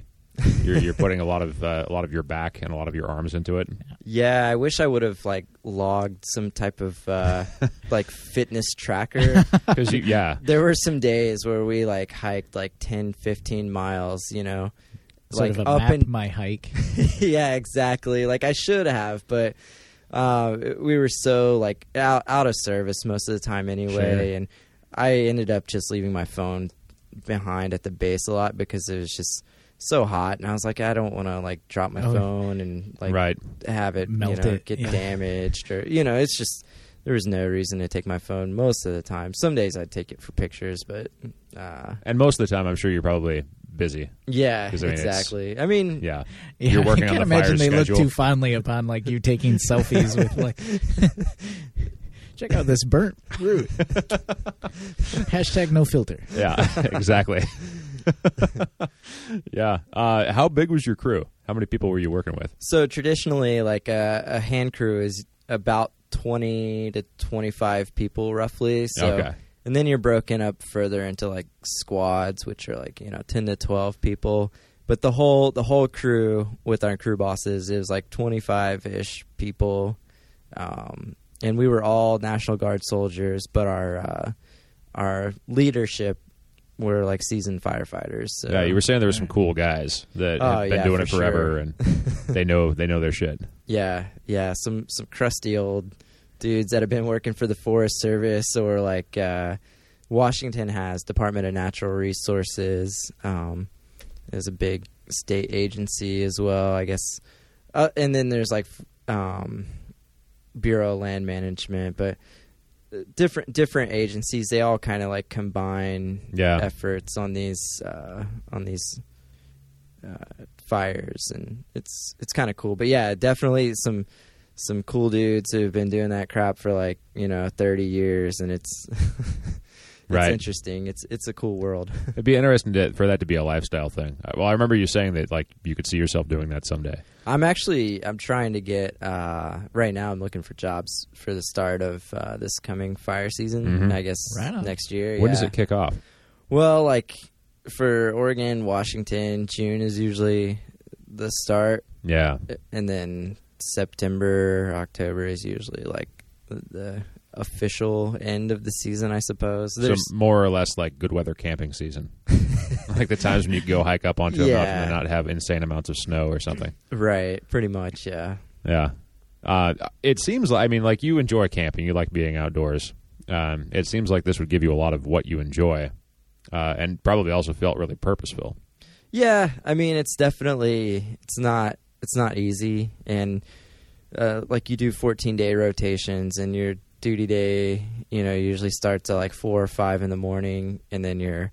C: You're, you're putting a lot of uh, a lot of your back and a lot of your arms into it.
D: Yeah, I wish I would have like logged some type of uh, like fitness tracker.
C: Because you, yeah,
D: there were some days where we like hiked like 10, 15 miles, you know,
A: Sort
D: like
A: of a
D: up
A: map
D: and
A: my hike.
D: yeah, exactly. Like I should have, but uh, we were so like out out of service most of the time anyway,
A: Sure.
D: and I ended up just leaving my phone behind at the base a lot because it was just so hot, and I was like, I don't want to like drop my
A: Oh.
D: phone and like
C: right.
D: have it
A: Melt
D: you know,
A: it,
D: get
A: yeah.
D: damaged or you know it's just there was no reason to take my phone most of the time some days i'd take it for pictures but uh,
C: And most of the time, I'm sure you're probably busy.
D: yeah
C: 'Cause, I mean, it's-
D: exactly i mean
C: Yeah,
A: Yeah,
C: you're working
A: I
C: on
A: can't
C: the
A: imagine
C: fire
A: they
C: schedule.
A: look too fondly upon like you taking selfies with like. Check out this burnt root. Hashtag no filter.
C: yeah, exactly. yeah. Uh, how big was your crew? How many people were you working with?
D: so traditionally like a, a hand crew is about 20 to 25 people roughly so
C: Okay.
D: and then you're broken up further into like squads which are like you know 10 to 12 people but the whole the whole crew with our crew bosses is like 25ish people um, and we were all national guard soldiers but our uh, our leadership were like seasoned firefighters so
C: Yeah, you were saying there were some cool guys that
D: Oh,
C: have been
D: yeah,
C: doing
D: for
C: it forever,
D: sure.
C: and they know they know their shit.
D: Yeah, yeah, some some crusty old dudes that have been working for the Forest Service or like uh, Washington has Department of Natural Resources. Um, there's a big state agency as well, I guess, uh, and then there's like um, Bureau of Land Management, but uh, different different agencies they all kind of like combine
C: Yeah.
D: efforts on these uh, on these uh, fires and it's it's kind of cool but yeah definitely some some cool dudes who've been doing that crap for like you know 30 years and it's it's
C: Right.
D: interesting it's it's a cool world
C: It'd be interesting to, for that to be a lifestyle thing. Uh, Well, I remember you saying that like you could see yourself doing that someday.
D: i'm actually i'm trying to get uh right now i'm looking for jobs for the start of uh this coming fire season
C: Mhm.
D: i guess
A: Right on.
D: next year
C: When does
D: yeah.
C: it kick off?
D: Well, like for Oregon, Washington, June is usually the start,
C: Yeah,
D: and then September, October is usually like the- the official end of the season, I suppose. There's
C: so more or less like good weather camping season, like the times when you go hike up onto a mountain
D: Yeah.
C: and not have insane amounts of snow or something.
D: right, pretty much, yeah.
C: Yeah, uh, it seems like I mean, like you enjoy camping, you like being outdoors. Um, it seems like this would give you a lot of what you enjoy, uh, and probably also felt really purposeful.
D: Yeah, I mean it's definitely it's not it's not easy and uh, like you do 14 day rotations and your duty day you know usually starts at like 4 or 5 in the morning and then you're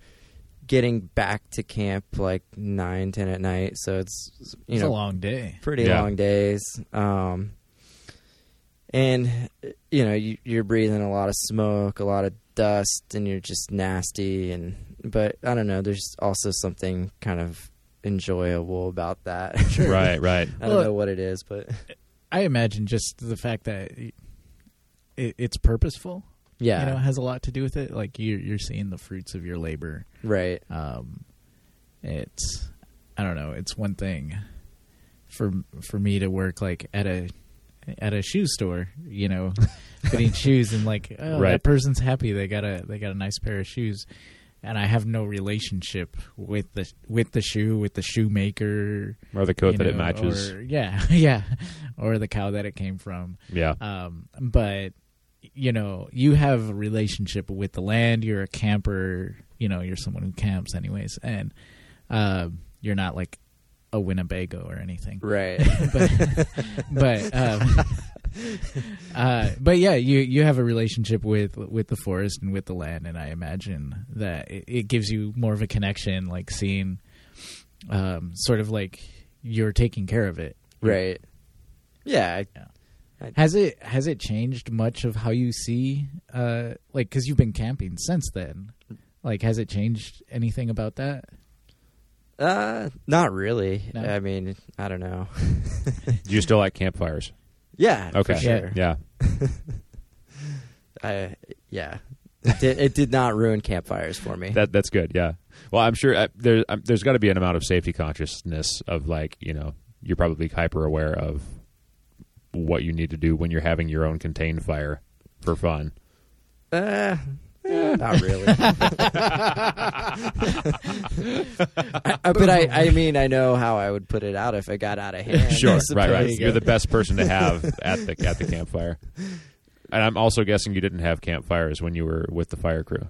D: getting back to camp like 9 10 at night so it's you
A: It's a
D: know
A: long day.
D: pretty
C: Yeah.
D: long days. Um, and you know you, you're breathing a lot of smoke, a lot of dust, and you're just nasty. And but I don't know. There's also something kind of enjoyable about that.
C: Right, right.
D: I don't
A: Well,
D: know what it is, but
A: I imagine just the fact that it, it's purposeful.
D: yeah,
A: you know, has a lot to do with it. Like you're you're seeing the fruits of your labor.
D: right.
A: um, it's I don't know. It's one thing for for me to work like at a at a shoe store, you know, fitting shoes, and like oh,
C: Right.
A: that person's happy they got a they got a nice pair of shoes, and I have no relationship with the with the shoe with the shoemaker
C: Or the coat
A: you
C: that it
A: know,
C: matches.
A: or- yeah, yeah, or the cow that it came from
C: yeah,
A: um, but you know you have a relationship with the land you're a camper you know you're someone who camps anyways and um, you're not like a winnebago or anything
D: Right,
A: but but um, uh, but yeah, you you have a relationship with with the forest and with the land, and I imagine that it, it gives you more of a connection, like seeing, um, sort of like you're taking care of it.
D: right. Yeah. I-
A: Has it has it changed much of how you see, uh, like because you've been camping since then? Like, has it changed anything about that?
D: Uh, not really.
A: No?
D: I mean, I don't know.
C: Do you still like campfires?
D: yeah. for
C: Okay.
D: sure.
C: Yeah.
D: I yeah. It did, it did not ruin campfires for me.
C: That that's good. Yeah. Well, I'm sure uh, there um, there's got to be an amount of safety consciousness of like you know you're probably hyper aware of what you need to do when you're having your own contained fire for fun.
D: Uh, not really. Uh, I, I- but I, I mean, I know how I would put it out if it got out of hand. I
C: sure. Right. Right.
D: suppose.
C: You're the best person to have at the at the campfire. And I'm also guessing you didn't have campfires when you were with the fire crew.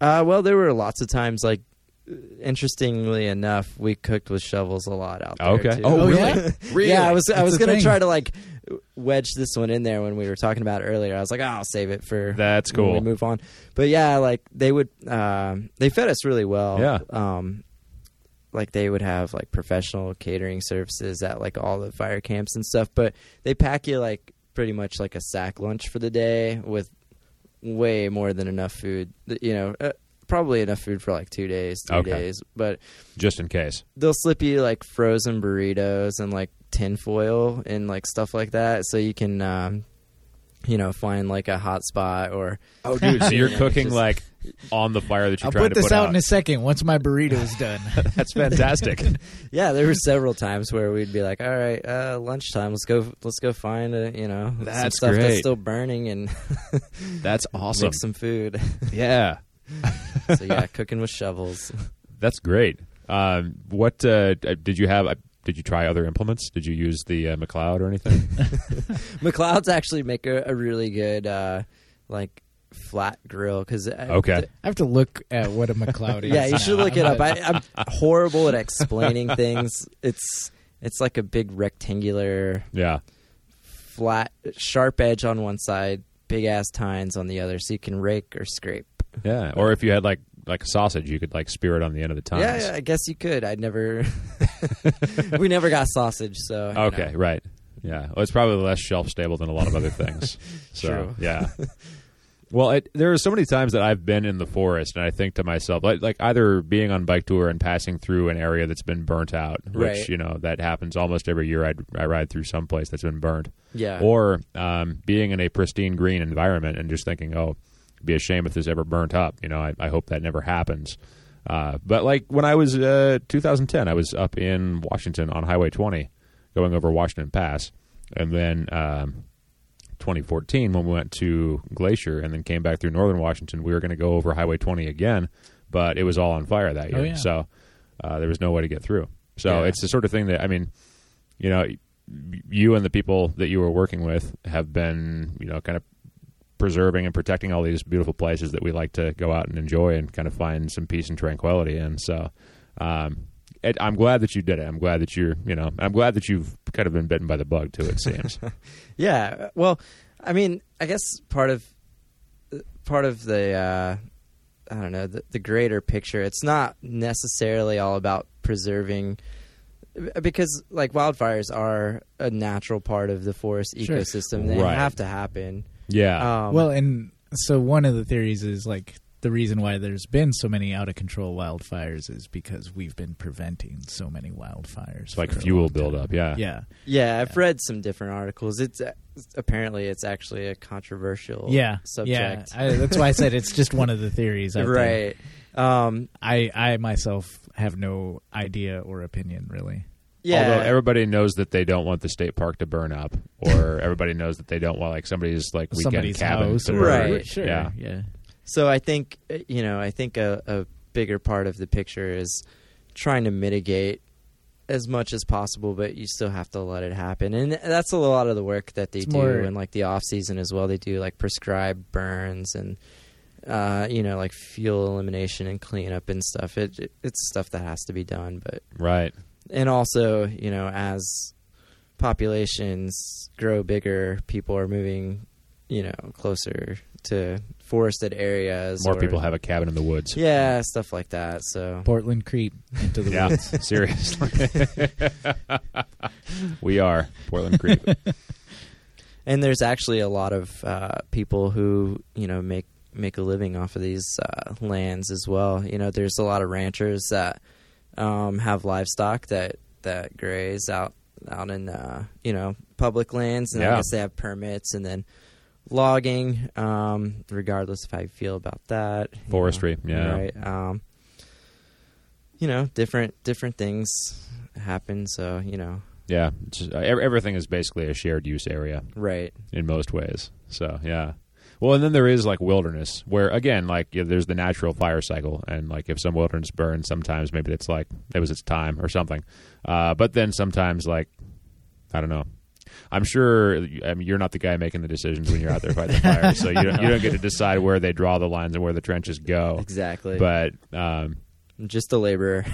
D: Uh, well, there were lots of times, like, uh, interestingly enough, we cooked with shovels a lot out there.
C: Okay.
D: too.
C: Oh,
A: really?
D: Yeah,
A: Really?
D: Yeah, I was
A: That's
D: I was
A: a
D: gonna
A: thing.
D: try to like wedge this one in there when we were talking about it earlier. I was like, oh, I'll save it for
C: That's
D: when
C: cool.
D: we move on. But yeah, like they would, um, they fed us really well.
C: Yeah.
D: Um, like they would have like professional catering services at like all the fire camps and stuff. But they pack you like pretty much like a sack lunch for the day with way more than enough food. th- You know, uh, probably enough food for like two days, three
C: Okay.
D: days. But
C: Just in case.
D: they'll slip you like frozen burritos and like tinfoil and like stuff like that, so you can. Um, you know, find like a hot spot or
C: Oh, dude. So you're
D: Yeah,
C: cooking
D: just-
C: like on the fire that you're
A: I'll
C: trying
A: put
C: to
A: this
C: put
A: out
C: out.
A: in a second once my burrito's done.
C: That's fantastic.
D: Yeah, there were several times where we'd be like, "All right, uh, lunchtime. Let's go. Let's go find a, you know some
C: That's
D: stuff that's
C: great.
D: still burning and
C: That's awesome.
D: make some food."
C: Yeah.
D: so yeah, cooking with shovels.
C: That's great. Um, what uh, d- did you have? Uh, did you try other implements? Did you use the uh, McLeod or anything?
D: McLeod's actually make a, a really good uh, like flat grill because
C: Okay.
A: I have to look at what a McLeod is.
D: yeah, you should look it up.
A: I,
D: I, I'm horrible at explaining things. It's it's like a big rectangular
C: yeah.
D: flat sharp edge on one side, big ass tines on the other, so you can rake or scrape.
C: Yeah. Or if you had like like a sausage, you could like spear it on the end of the tongue.
D: Yeah, yeah, I guess you could. I never. we never got sausage, so. you
C: Okay.
D: know.
C: Right. Yeah. Well, it's probably less shelf stable than a lot of other things. so
D: True.
C: yeah. Well, it, there are so many times that I've been in the forest, and I think to myself, like, like either being on bike tour and passing through an area that's been burnt out, which
D: Right.
C: you know that happens almost every year. I I ride through some place that's been burned,
D: Yeah.
C: or um, being in a pristine green environment and just thinking, oh, it'd be a shame if this ever burnt up. You know, I, I hope that never happens. Uh, but like when I was uh, 2010, I was up in Washington on Highway 20, going over Washington Pass, and then um, 2014 when we went to Glacier and then came back through northern Washington. We were going to go over Highway 20 again, but it was all on fire that year,
A: Oh, yeah.
C: so uh, there was no way to get through. So
D: Yeah.
C: it's the sort of thing that I mean, you know, you and the people that you were working with have been, you know, kind of preserving and protecting all these beautiful places that we like to go out and enjoy and kind of find some peace and tranquility in. So, um, it, I'm glad that you did it. I'm glad that you're, you know, I'm glad that you've kind of been bitten by the bug too. It seems.
D: Yeah. Well, I mean, I guess part of part of the uh, I don't know the, the greater picture. It's not necessarily all about preserving because like wildfires are a natural part of the forest
A: Sure.
D: ecosystem. They
C: Right.
D: have to happen.
C: yeah.
D: Um,
A: well, and so one of the theories is like the reason why there's been so many out of control wildfires is because we've been preventing so many wildfires.
C: it's like
A: for a
C: fuel
A: long time.
C: buildup. Yeah.
A: Yeah.
D: Yeah, I've read some different articles. It's uh, apparently it's actually a controversial
A: Yeah.
D: subject.
A: Yeah. I, that's why I said it's just one of the theories. out there.
D: right. Um,
A: I, I myself have no idea or opinion really.
D: yeah.
C: Although everybody knows that they don't want the state park to burn up, or everybody knows that they don't want like somebody's like weekend
A: Somebody's
C: cabin
A: house,
C: to
A: or
C: burn.
D: Right.
A: whatever. Sure.
C: Yeah.
A: Yeah.
D: so I think uh, you know, I think a, a bigger part of the picture is trying to mitigate as much as possible, but you still have to let it happen, and that's a lot of the work that they
A: It's
D: do
A: more-
D: in like the off season as well. They do like prescribed burns and. Uh, you know, like fuel elimination and cleanup and stuff. It, it it's stuff that has to be done, but
C: Right.
D: and also you know as populations grow bigger, people are moving, you know, closer to forested areas.
C: More
D: or-
C: people have a cabin in the woods.
D: Yeah, stuff like that. So
A: Portland Creep into the
C: Yeah,
A: woods.
C: seriously. we are Portland Creep.
D: and there's actually a lot of uh, people who you know make make a living off of these uh, lands as well. You know, there's a lot of ranchers that um, have livestock that that graze out out in uh, you know public lands, and
C: Yeah.
D: I guess they have permits, and then logging. Um, regardless of how you feel about that, you know.
C: Forestry, yeah.
D: right. Um, you know, different different things happen. So you know,
C: Yeah, it's just, uh, ev- everything is basically a shared use area
D: right.
C: in most ways. So yeah. Well, and then there is like wilderness, where again, like you know, there's the natural fire cycle, and like if some wilderness burns, sometimes maybe it's like it was its time or something. Uh, but then sometimes, like I don't know. I'm sure I mean, you're not the guy making the decisions when you're out there fighting the fire, so you don't, you don't get to decide where they draw the lines and where the trenches go.
D: Exactly.
C: But um,
D: just a laborer.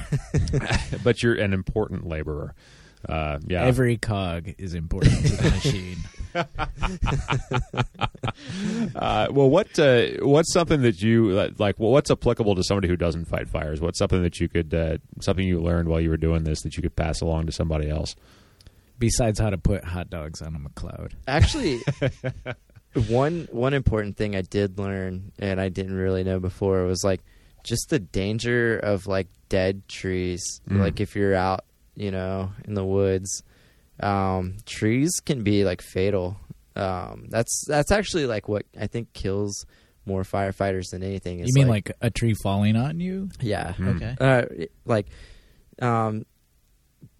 C: but you're an important laborer. Uh, yeah,
A: Every cog is important to the machine.
C: Uh, well, what uh, what's something that you uh, like? Well, what's applicable to somebody who doesn't fight fires? What's something that you could uh, something you learned while you were doing this that you could pass along to somebody else?
A: Besides how to put hot dogs on a McLeod.
D: Actually, one one important thing I did learn and I didn't really know before was like just the danger of like dead trees.
C: Mm.
D: Like if you're out, you know, in the woods, um, trees can be like fatal. Um, that's that's actually like what I think kills more firefighters than anything. Is
A: You mean like, a tree falling on you?
D: yeah,
C: Hmm.
A: Okay.
D: uh, like um,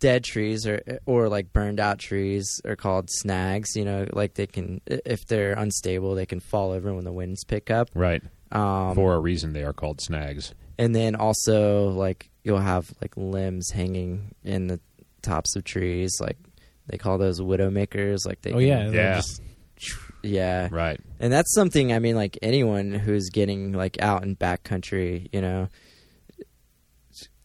D: dead trees or or like burned out trees are called snags. You know, like they can if they're unstable, they can fall over when the winds pick up.
C: Right.
D: Um,
C: For a reason, they are called snags.
D: and then also like you'll have like limbs hanging in the tops of trees, like. They call those widowmakers, like they.
A: Oh
D: can-
A: yeah, they're
C: Yeah.
A: just-
D: yeah.
C: Right.
D: And that's something I mean, like anyone who's getting like out in backcountry, you know,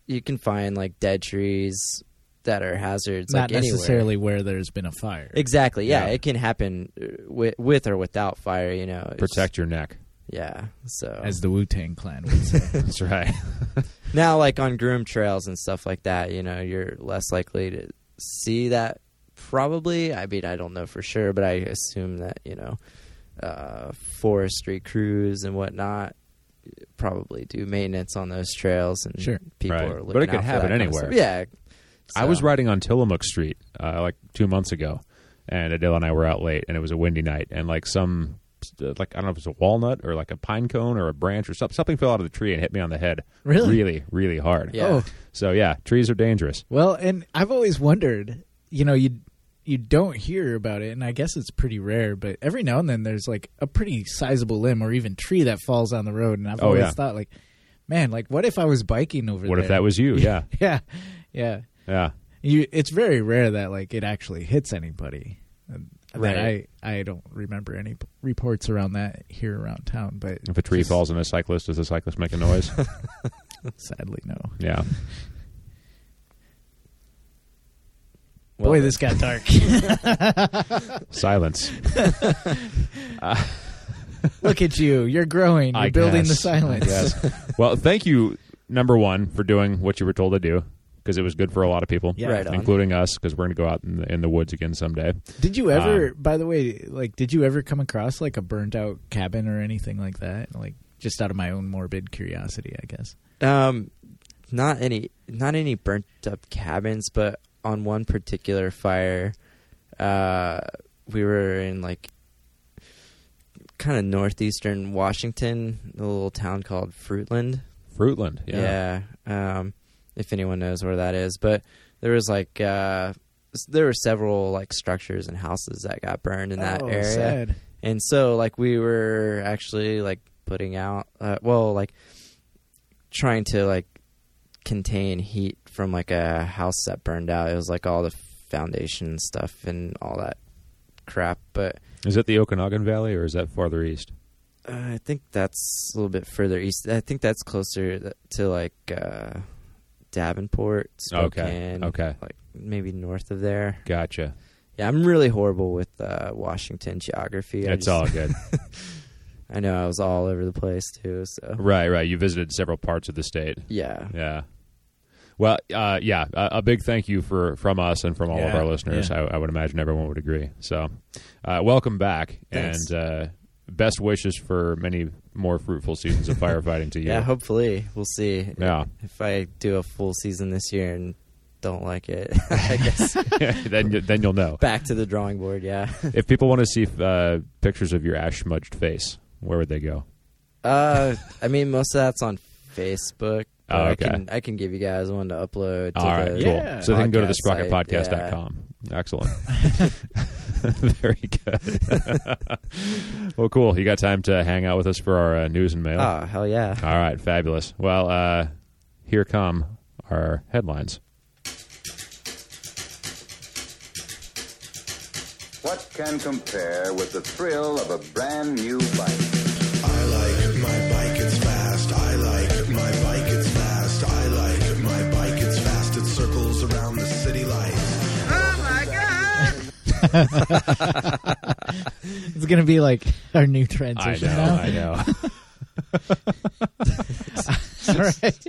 D: you can find like dead trees that are hazards,
A: not
D: like anywhere.
A: necessarily where there's been a fire.
D: Exactly. Yeah,
C: Yeah.
D: it can happen with, with or without fire. You know, It's-
C: Protect your neck.
D: Yeah. So
A: as the Wu Tang Clan would say.
C: That's right.
D: now, like on groom trails and stuff like that, you know, you're less likely to see that. Probably. I mean, I don't know for sure, but I assume that you know, uh, forestry crews and whatnot probably do maintenance on those trails, and
A: Sure.
D: people
C: Right.
D: are looking
C: But it could
D: out for
C: happen
D: that kind of
C: anywhere.
D: stuff. yeah.
C: I was
D: So-
C: riding on Tillamook Street uh, like two months ago, and Adele and I were out late, and it was a windy night, and like some, uh, like I don't know if it was a walnut or like a pine cone or a branch or something, something fell out of the tree and hit me on the head.
A: Really?
C: really, really hard.
D: Yeah.
A: Oh.
C: So yeah, trees are dangerous.
A: Well, and I've always wondered, you know, you you don't hear about it, and I guess it's pretty rare, but every now and then there's like a pretty sizable limb or even tree that falls on the road, and I've
C: Oh,
A: always
C: yeah.
A: thought like, man, like what if I was biking over
C: What
A: there?
C: if that was you? Yeah,
A: yeah, yeah.
C: yeah.
A: You, it's very rare that like it actually hits anybody. And that
D: Right.
A: I I don't remember any p- reports around that here around town, but
C: If a tree
A: just-
C: falls on a cyclist, does the cyclist make a noise?
A: sadly no.
C: yeah.
D: Well,
A: Boy, this got dark.
C: Silence.
A: Look at you. You're growing. You're
C: I
A: building the
C: guess.
A: silence.
C: Yes. well, thank you, number one, for doing what you were told to do because it was good for a lot of people,
A: Yeah.
D: Right on.
C: including us, because we're going to go out in the, in the woods again someday.
A: Did you
C: Um,
A: ever, by the way, like, did you ever come across like a burnt out cabin or anything like that? Like, just out of my own morbid curiosity, I guess.
D: Um, not any, not any burnt up cabins, but on one particular fire, uh, we were in like kind of northeastern Washington, a little town called Fruitland.
C: Fruitland. Yeah.
D: Yeah, um, if anyone knows where that is, but there was like uh, s- there were several like structures and houses that got burned in that
A: Oh,
D: area
A: sad.
D: and so like we were actually like putting out uh, well like trying to like contain heat from like a house that burned out it was like all the foundation stuff and all that crap but
C: Is it the Okanagan Valley or is that farther east?
D: uh, i think that's a little bit further east i think that's closer th- to like uh davenport spokane
C: Okay. Okay.
D: like maybe north of there
C: Gotcha.
D: Yeah, I'm really horrible with uh, Washington geography. I
C: it's
D: just-
C: all good.
D: I know I was all over the place too. So
C: right, right. You visited several parts of the state.
D: yeah,
C: Yeah. Well, uh, yeah. A, a big thank you for from us and from all of
A: Yeah,
C: our listeners.
A: yeah.
C: I, I would imagine everyone would agree. So, uh, welcome back,
D: Thanks.
C: and uh, best wishes for many more fruitful seasons of firefighting to you.
D: yeah. hopefully, we'll see.
C: Yeah.
D: if I do a full season this year and don't like it, I guess
C: then you- then you'll know.
D: back to the drawing board. Yeah.
C: If people want to see uh, pictures of your ash smudged face, where would they go?
D: Uh, I mean, most of that's on Facebook. but
C: Oh,
D: I
C: okay.
D: can I can give you guys one to upload. To
C: All right,
D: the,
C: cool.
A: Yeah.
C: So they can go to the
D: podcast site, yeah.
C: sprocketpodcast.com. Excellent. Very good. well, cool. You got time to hang out with us for our uh, news and mail?
D: Oh hell yeah!
C: All right, fabulous. Well, uh, here come our headlines.
E: What can compare with the thrill of a brand new bike?
F: I like my bike, it's fast. I like my bike, it's fast. I like my bike, it's fast. It circles around the city lights.
B: Oh my god!
A: It's gonna be like our new transition now.
C: I know.
A: All right.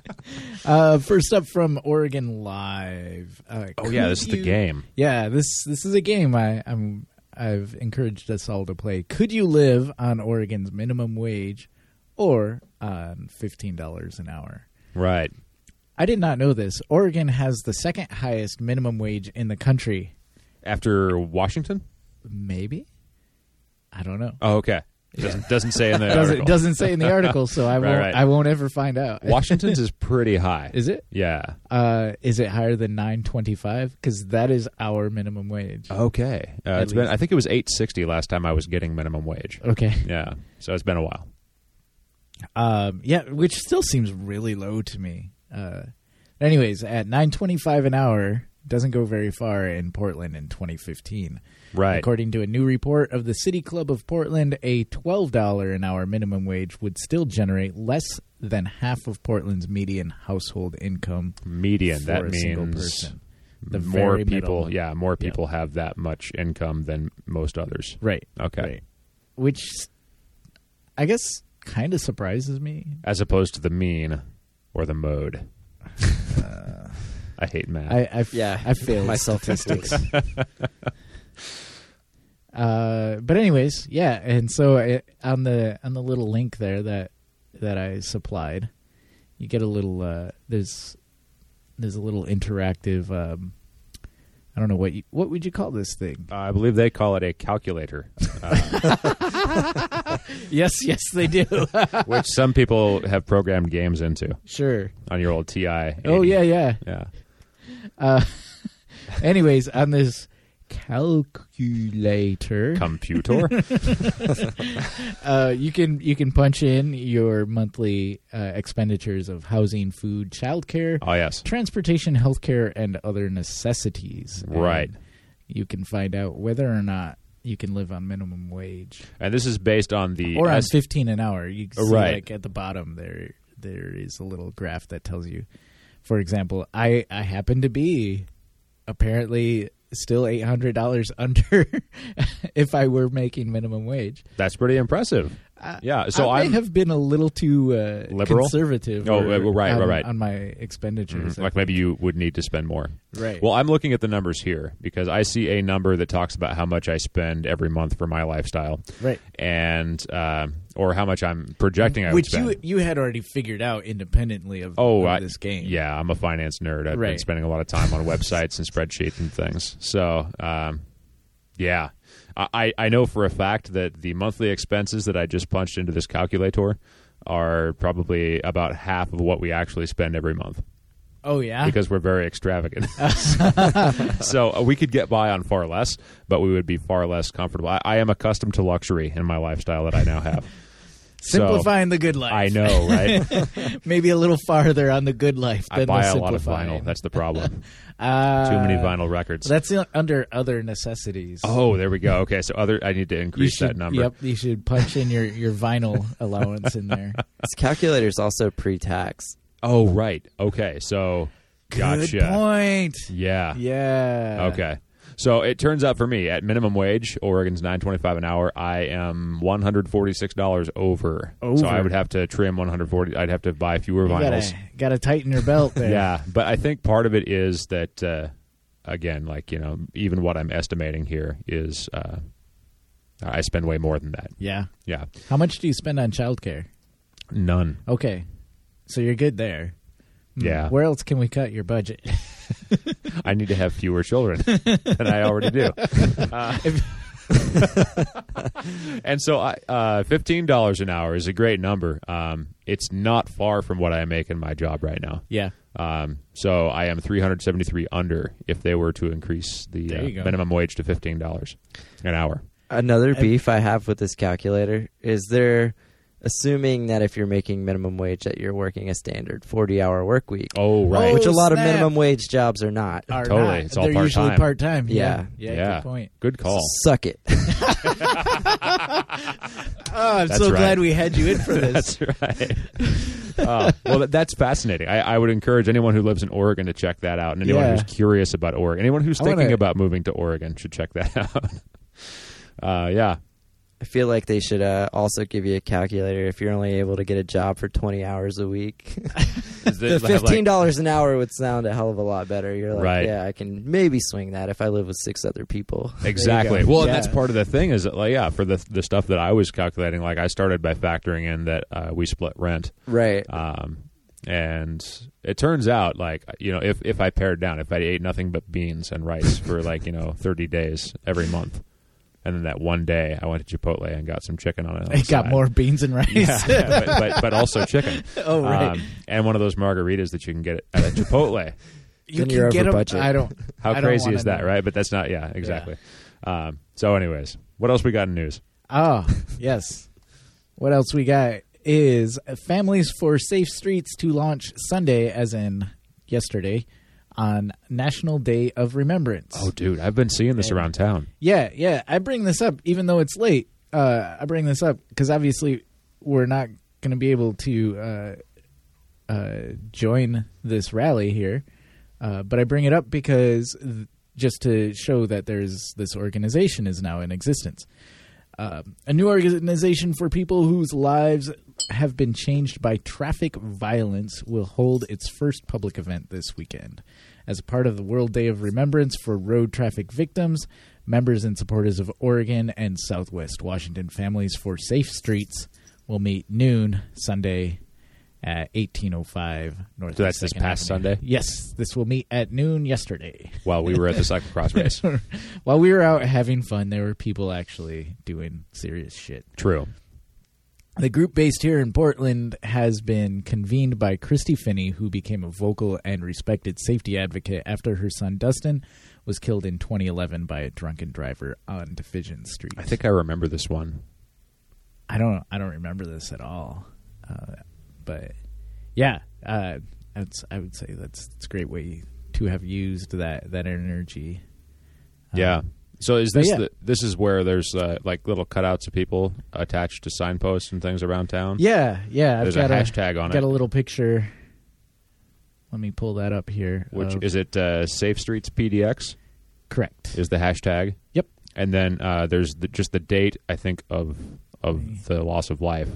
A: uh, first up from Oregon Live. Uh,
C: oh, yeah, this is
A: could
C: the
A: you-
C: game.
A: Yeah, this this is a game I, I'm I've encouraged us all to play. Could you live on Oregon's minimum wage or on fifteen dollars an hour?
C: Right.
A: I did not know this. Oregon has the second highest minimum wage in the country.
C: After Washington?
A: Maybe I don't know.
C: Oh, okay. Doesn't, doesn't say in the
A: Doesn't,
C: article.
A: doesn't say in the article, so I
C: Right,
A: won't.
C: right.
A: I won't ever find out.
C: Washington's is pretty high.
A: Is it?
C: Yeah.
A: Uh, is it higher than nine twenty-five? Because that is our minimum wage.
C: Okay. Uh, it's been.
A: least.
C: I think it was eight sixty last time I was getting minimum wage.
A: Okay.
C: Yeah. So it's been a while.
A: Um, yeah, which still seems really low to me. Uh, anyways, at nine twenty-five an hour doesn't go very far in Portland in 2015.
C: Right.
A: According to a new report of the City Club of Portland, a $12 an hour minimum wage would still generate less than half of Portland's median household income
C: Hmm. Median.
A: for
C: That
A: a
C: means
A: single person. The
C: more
A: very
C: people.
A: middle.
C: Yeah. More people have that much income than most others.
A: Right.
C: Okay.
A: Right. Which I guess kind of surprises me.
C: As opposed to the mean or the mode. Uh, I hate math.
A: I, I f-
D: Yeah,
A: I failed
D: myself this
A: statistics. uh, but anyways, yeah, and so I, on the on the little link there that that I supplied, you get a little uh, there's there's a little interactive. Um, I don't know what you, what would you call this thing?
C: Uh, I believe they call it a calculator,
A: Yes, yes, they do.
C: which some people have programmed games into
A: sure.
C: on your old TI.
A: Oh yeah, yeah. Uh,
C: yeah.
A: Anyways, on this calculator,
C: Computer.
A: Uh, you can you can punch in your monthly uh, expenditures of housing, food, childcare,
C: oh yes.
A: transportation, healthcare, and other necessities.
C: Right.
A: And you can find out whether or not you can live on minimum wage
C: And this is based on the
A: or on
C: S-
A: fifteen an hour. You can see,
C: Right.
A: like at the bottom there there is a little graph that tells you. For example, I I happen to be apparently still eight hundred dollars under if I were making minimum wage.
C: That's pretty impressive. yeah. So
A: Uh, I
C: I'm
A: may have been a little too uh,
C: Liberal?
A: conservative.
C: Oh,
A: or-
C: uh, right, right,
A: on,
C: right. Mm-hmm.
A: on my expenditures.
C: Hmm, like maybe you would need to spend more.
A: Right.
C: Well, I'm looking at the numbers here because I see a number that talks about how much I spend every month for my lifestyle.
A: Right.
C: And um or how much I'm projecting I
A: which
C: would
A: you
C: spend.
A: you had already figured out independently of,
C: Oh,
A: of
C: I-
A: this game.
C: Yeah, I'm a finance nerd. I've been
A: Right.
C: spending a lot of time on websites and spreadsheets and things. So, um, yeah, I- I, I know for a fact that the monthly expenses that I just punched into this calculator are probably about half of what we actually spend every month
A: Oh yeah.
C: because we're very extravagant. so uh, we could get by on far less, but we would be far less comfortable. I, I am accustomed to luxury in my lifestyle that I now have. So,
A: simplifying the good life.
C: I know, right?
A: Maybe a little farther on the good life than
C: I buy
A: the
C: a lot of
A: simplifying.
C: vinyl. That's the problem.
A: Uh,
C: Too many vinyl records.
A: That's in- under other necessities.
C: Oh, there we go. Okay, so other I need to
A: you
C: increase
A: should,
C: that number.
A: Yep, you should punch in your, your vinyl allowance in there.
D: This calculator's also pre-tax.
C: Oh, right. Okay, so gotcha.
A: Good point.
C: Yeah.
A: Yeah.
C: Okay. So it turns out for me, at minimum wage, Oregon's nine twenty five an hour. I am one hundred forty six dollars over.
A: Over.
C: So I would have to trim one hundred forty. I'd have to buy fewer
A: You
C: vinyls.
A: gotta, gotta tighten your belt there.
C: Yeah, but I think part of it is that uh, again, like you know, even what I'm estimating here is uh, I spend way more than that.
A: Yeah.
C: Yeah,
A: How much do you spend on childcare?
C: none.
A: Okay. So you're good there. Hmm.
C: Yeah,
A: Where else can we cut your budget?
C: I need to have fewer children than I already do. Uh, and so, I, uh, fifteen dollars an hour is a great number. Um, it's not far from what I make in my job right now.
A: yeah.
C: Um, so I am 373 under if they were to increase the
A: There
C: uh,
A: you go.
C: minimum wage to $15 an hour.
D: Another beef I have with this calculator is they're assuming that if you're making minimum wage that you're working a standard 40 hour work week
C: Oh, right.
D: which a
A: Oh,
D: lot of
A: snap.
D: minimum wage jobs are not
A: Are
C: Totally.
A: not.
C: It's all
A: They're usually
C: part-time.
A: part time.
D: Yeah.
A: yeah. Good point.
C: Good call.
D: suck it
A: Oh, I'm
C: That's
A: so
C: right.
A: glad we had you in for this.
C: That's right. Uh, well, that, that's fascinating. I, I would encourage anyone who lives in Oregon to check that out, and anyone
A: Yeah.
C: who's curious about Oregon, anyone who's
A: I
C: thinking
A: wanna-
C: about moving to Oregon should check that out. Uh, yeah,
D: i feel like they should uh, also give you a calculator if you're only able to get a job for 20 hours a week the fifteen dollars an hour would sound a hell of a lot better. You're like,
C: Right.
D: yeah, I can maybe swing that if I live with six other people.
C: Exactly.
A: go.
C: Well,
A: Yeah.
C: and that's part of the thing is that, like, yeah, for the the stuff that I was calculating, like I started by factoring in that uh, we split rent,
D: Right.
C: um, and it turns out, like, you know, if if I pared down, if I ate nothing but beans and rice for like you know thirty days every month, and then that one day I went to Chipotle and got some chicken on it. on the
A: It got
C: side.
A: more beans and rice.
C: Yeah, but, but but also chicken. Um,
A: Oh, right.
C: and one of those margaritas that you can get at a Chipotle.
A: you
D: Then
A: can
D: you're
A: get
D: over
A: 'em-
D: budget.
A: I don't. I
C: How
A: don't
C: crazy
A: wanna
C: is that,
A: know.
C: right? But that's not, yeah, exactly. Um, so, anyways, what else we got in news?
A: Oh, yes. What else we got is Families for Safe Streets to launch Sunday, as in yesterday, on National Day of Remembrance.
C: Oh, dude, I've been seeing this around town.
A: Yeah, yeah. I bring this up, even though it's late. Uh, I bring this up because obviously we're not going to be able to uh, uh, join this rally here. Uh, but I bring it up because th- just to show that there's this organization is now in existence. Um, a new organization for people whose lives have been changed by traffic violence will hold its first public event this weekend. As a part of the World Day of Remembrance for Road Traffic Victims, members and supporters of Oregon and Southwest Washington Families for Safe Streets will meet noon Sunday at 1805 North.
C: So that's this
A: 2nd
C: past
A: Avenue.
C: Sunday?
A: Yes, this will meet at noon yesterday.
C: While we were at the cyclocross race.
A: While we were out having fun, there were people actually doing serious shit.
C: True.
A: The group based here in Portland has been convened by Christy Finney, who became a vocal and respected safety advocate after her son Dustin was killed in 2011 by a drunken driver on Division Street.
C: I think I remember this one.
A: I don't I don't remember this at all, uh, but yeah, uh, that's, I would say that's it's a great way to have used that that energy.
C: yeah. So is this
A: Um, yeah.
C: the, this is where there's uh, like little cutouts of people attached to signposts and things around town?
A: Yeah, yeah.
C: There's
A: I've
C: a
A: got
C: hashtag on
A: Got
C: it.
A: a little picture. Let me pull that up here.
C: Which
A: of-
C: is it? Uh, Safe Streets PDX
A: correct?
C: is the hashtag,
A: yep.
C: and then uh, there's the, just the date I think of of the loss of life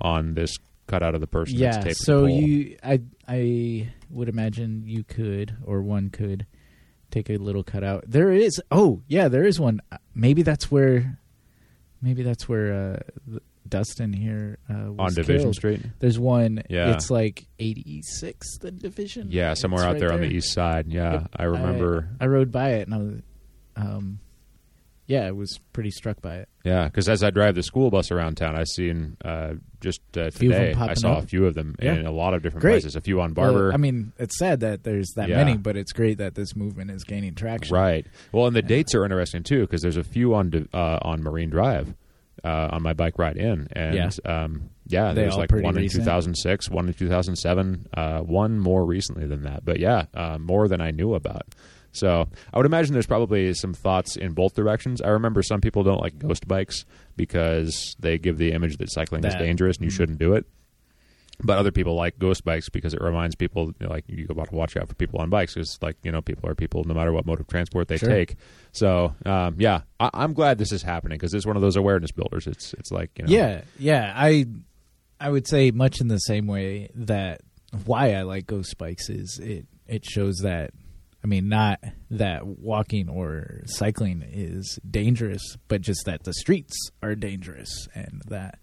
C: on this cutout of the person. that's
A: Yeah.
C: taped to
A: So
C: the pole.
A: you, I, I would imagine you could or one could take a little cutout. There is. Oh, yeah. There is one. Uh, Maybe that's where. Maybe that's where uh, th- Dustin here uh, was
C: on Division
A: killed.
C: Street.
A: There's one.
C: Yeah.
A: It's like 86th and Division.
C: Yeah, somewhere
A: It's
C: out
A: right
C: there, on the east side. Yeah,
A: Yep.
C: I remember.
A: I, rode by it and I was, um, yeah, I was pretty struck by it.
C: Yeah, because as I drive the school bus around town, I seen uh, just uh,
A: Few of 'em
C: today. I
A: popping
C: saw
A: up.
C: a few of them
A: Yeah.
C: in a lot of different
A: Great.
C: places. A few on Barber.
A: Well, I mean, it's sad that there's that
C: Yeah.
A: many, but it's great that this movement is gaining traction.
C: right. Well, and the dates are interesting too, because there's a few on Di- uh, on Marine Drive uh, on my bike ride in, and
A: Yeah.
C: um, yeah,
A: They
C: there's
A: all
C: like
A: pretty
C: one
A: recent?
C: in 2006, one in 2007, uh, one more recently than that. But yeah, uh, more than I knew about. So I would imagine there's probably some thoughts in both directions. I remember some people don't like ghost bikes because they give the image that cycling is
A: That-
C: dangerous and you shouldn't do it. But other people like ghost bikes because it reminds people, you know, like you got to watch out for people on bikes because, like you know, people are people no matter what mode of transport they
A: Sure.
C: take. So um, yeah, I- I'm glad this is happening because it's one of those awareness builders. It's it's like you know,
A: Yeah, yeah. I I would say much in the same way that why I like ghost bikes is it it shows that I mean not that walking or cycling is dangerous, but just that the streets are dangerous and that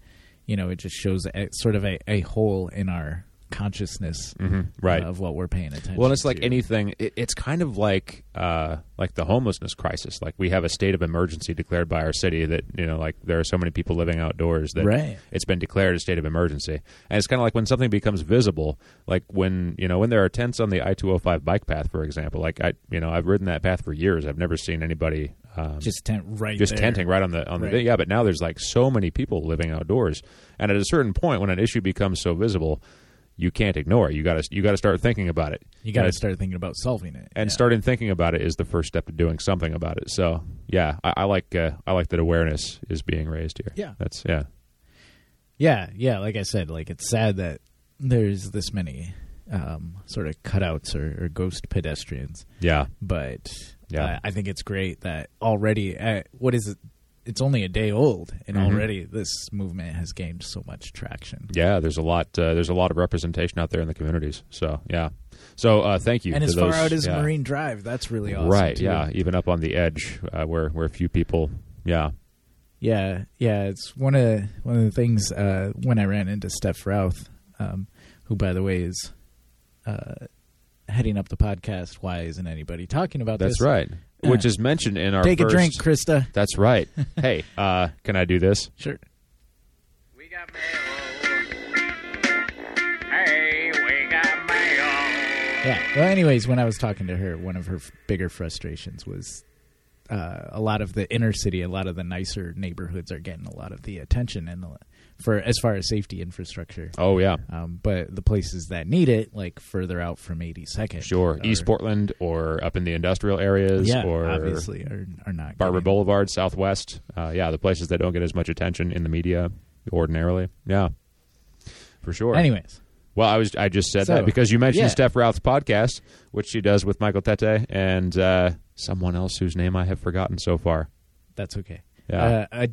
A: you know it just shows a, sort of a, a hole in our consciousness
C: Mm-hmm. right.
A: of what we're paying attention.
C: Well, and it's like
A: to.
C: anything. It, it's kind of like uh, like the homelessness crisis. Like we have a state of emergency declared by our city that you know, like there are so many people living outdoors that
A: Right.
C: it's been declared a state of emergency. And it's kind of like when something becomes visible, like when you know when there are tents on the I two hundred five bike path, for example. Like I, you know, I've ridden that path for years. I've never seen anybody um,
A: just tent right
C: just
A: there.
C: tenting right on the on the
A: Right.
C: thing. yeah but now there's like so many people living outdoors and at a certain point when an issue becomes so visible you can't ignore it you got to you got to start thinking about it
A: You got to
C: And-
A: start thinking about solving it
C: and
A: Yeah.
C: starting thinking about it is the first step to doing something about it so yeah i, I like uh, i like that awareness is being raised here
A: Yeah.
C: that's yeah
A: Yeah, yeah. Like I said, like it's sad that there's this many um, sort of cutouts or, or ghost pedestrians,
C: yeah
A: but
C: Yeah.
A: uh, I think it's great that already. Uh, what is it? It's only a day old, and
C: Mm-hmm.
A: already this movement has gained so much traction.
C: yeah there's a lot uh, there's a lot of representation out there in the communities so yeah so uh, thank you
A: And
C: to
A: as far
C: those-
A: out as
C: yeah.
A: Marine Drive, that's really awesome.
C: right
A: too.
C: yeah even up on the edge uh, where where few people yeah
A: Yeah, yeah, it's one of one of the things uh, when I ran into Steph Routh, um, who by the way is uh, heading up the podcast. Why isn't anybody talking about
C: That's
A: this?
C: right. Which
A: Yeah.
C: is mentioned in our
A: Take a
C: first-
A: drink, Krista.
C: That's right. hey, uh, can I do this?
A: Sure.
B: We got mail. Hey, we got mail.
A: Yeah. Well, anyways, when I was talking to her, one of her f- bigger frustrations was uh, a lot of the inner city, a lot of the nicer neighborhoods are getting a lot of the attention and the, for as far as safety infrastructure.
C: Oh yeah,
A: Um, but the places that need it, like further out from 82nd,
C: sure.
A: or-
C: East Portland or up in the industrial areas
A: yeah,
C: or
A: obviously are, are not
C: Barber
A: getting-
C: Boulevard, Southwest. Uh, yeah, the places that don't get as much attention in the media ordinarily. Yeah, for sure.
A: Anyways,
C: Well, I was I just said
A: So,
C: that because you mentioned
A: yeah.
C: Steph Routh's podcast, which she does with Michael Tete and uh, someone else whose name I have forgotten so far.
A: that's okay.
C: Yeah.
A: Uh,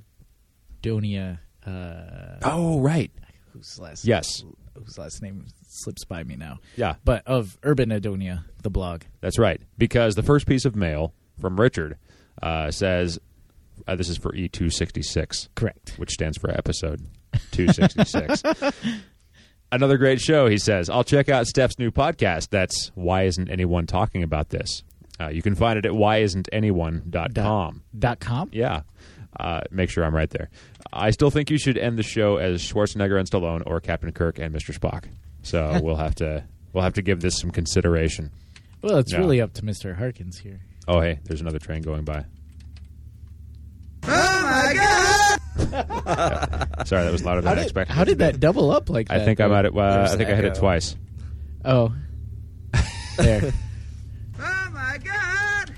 A: Adonia, uh,
C: Oh right,
A: whose last
C: Yes.
A: whose last name slips by me now.
C: Yeah.
A: but of Urban Adonia, the blog.
C: That's right. Because the first piece of mail from Richard uh, says uh, this is for E266,
A: Correct.
C: which stands for episode 266. Another great show, he says. I'll check out Steph's new podcast. That's Why Isn't Anyone Talking About This? Uh, you can find it at whyisn'tanyone.com.
A: Dot com.
C: Yeah. Uh, make sure I'm right there. I still think you should end the show as Schwarzenegger and Stallone or Captain Kirk and Mr. Spock. So we'll have to we'll have to give this some consideration.
A: Well, it's
C: Yeah.
A: really up to Mr. Harkins here.
C: Oh, hey, there's another train going by.
B: Oh my god!
C: Sorry, that was louder than
A: How
C: I
A: did,
C: expected.
A: how did that double up like that?
C: I think I'm at it. Uh,
D: There's
C: I think I
D: an
C: hit it
D: echo.
C: twice.
A: Oh, there.
B: Oh my god!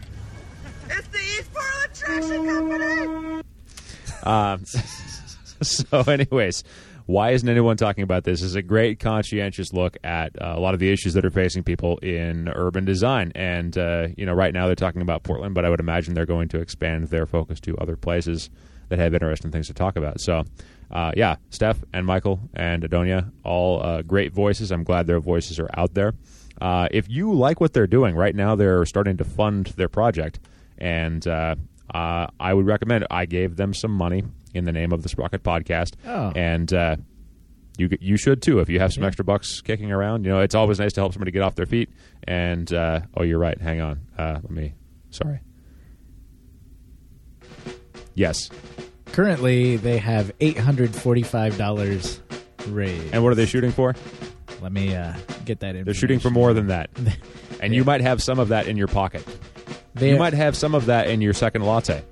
B: It's the East Portland Traction Company!
C: so, anyways, why isn't anyone talking about this? Is a great conscientious look at uh, a lot of the issues that are facing people in urban design, and uh, you know, right now they're talking about Portland, but I would imagine they're going to expand their focus to other places that have interesting things to talk about. So. Uh, yeah, Steph and Michael and Adonia, all uh, great voices. I'm glad their voices are out there. Uh, if you like what they're doing right now, they're starting to fund their project, and uh, uh, I would recommend. It. I gave them some money in the name of the Sprocket Podcast,
A: Oh.
C: and uh, you you should too if you have some extra bucks kicking around. You know, it's always nice to help somebody get off their feet. And uh, oh, you're right. Hang on. Uh, let me. Sorry. Yes.
A: Currently, they have eight hundred forty-five dollars raised.
C: And what are they shooting for?
A: Let me uh, get that in.
C: They're shooting for more than that. And you might have some of that in your pocket.
A: They
C: You might have some of that in your second latte.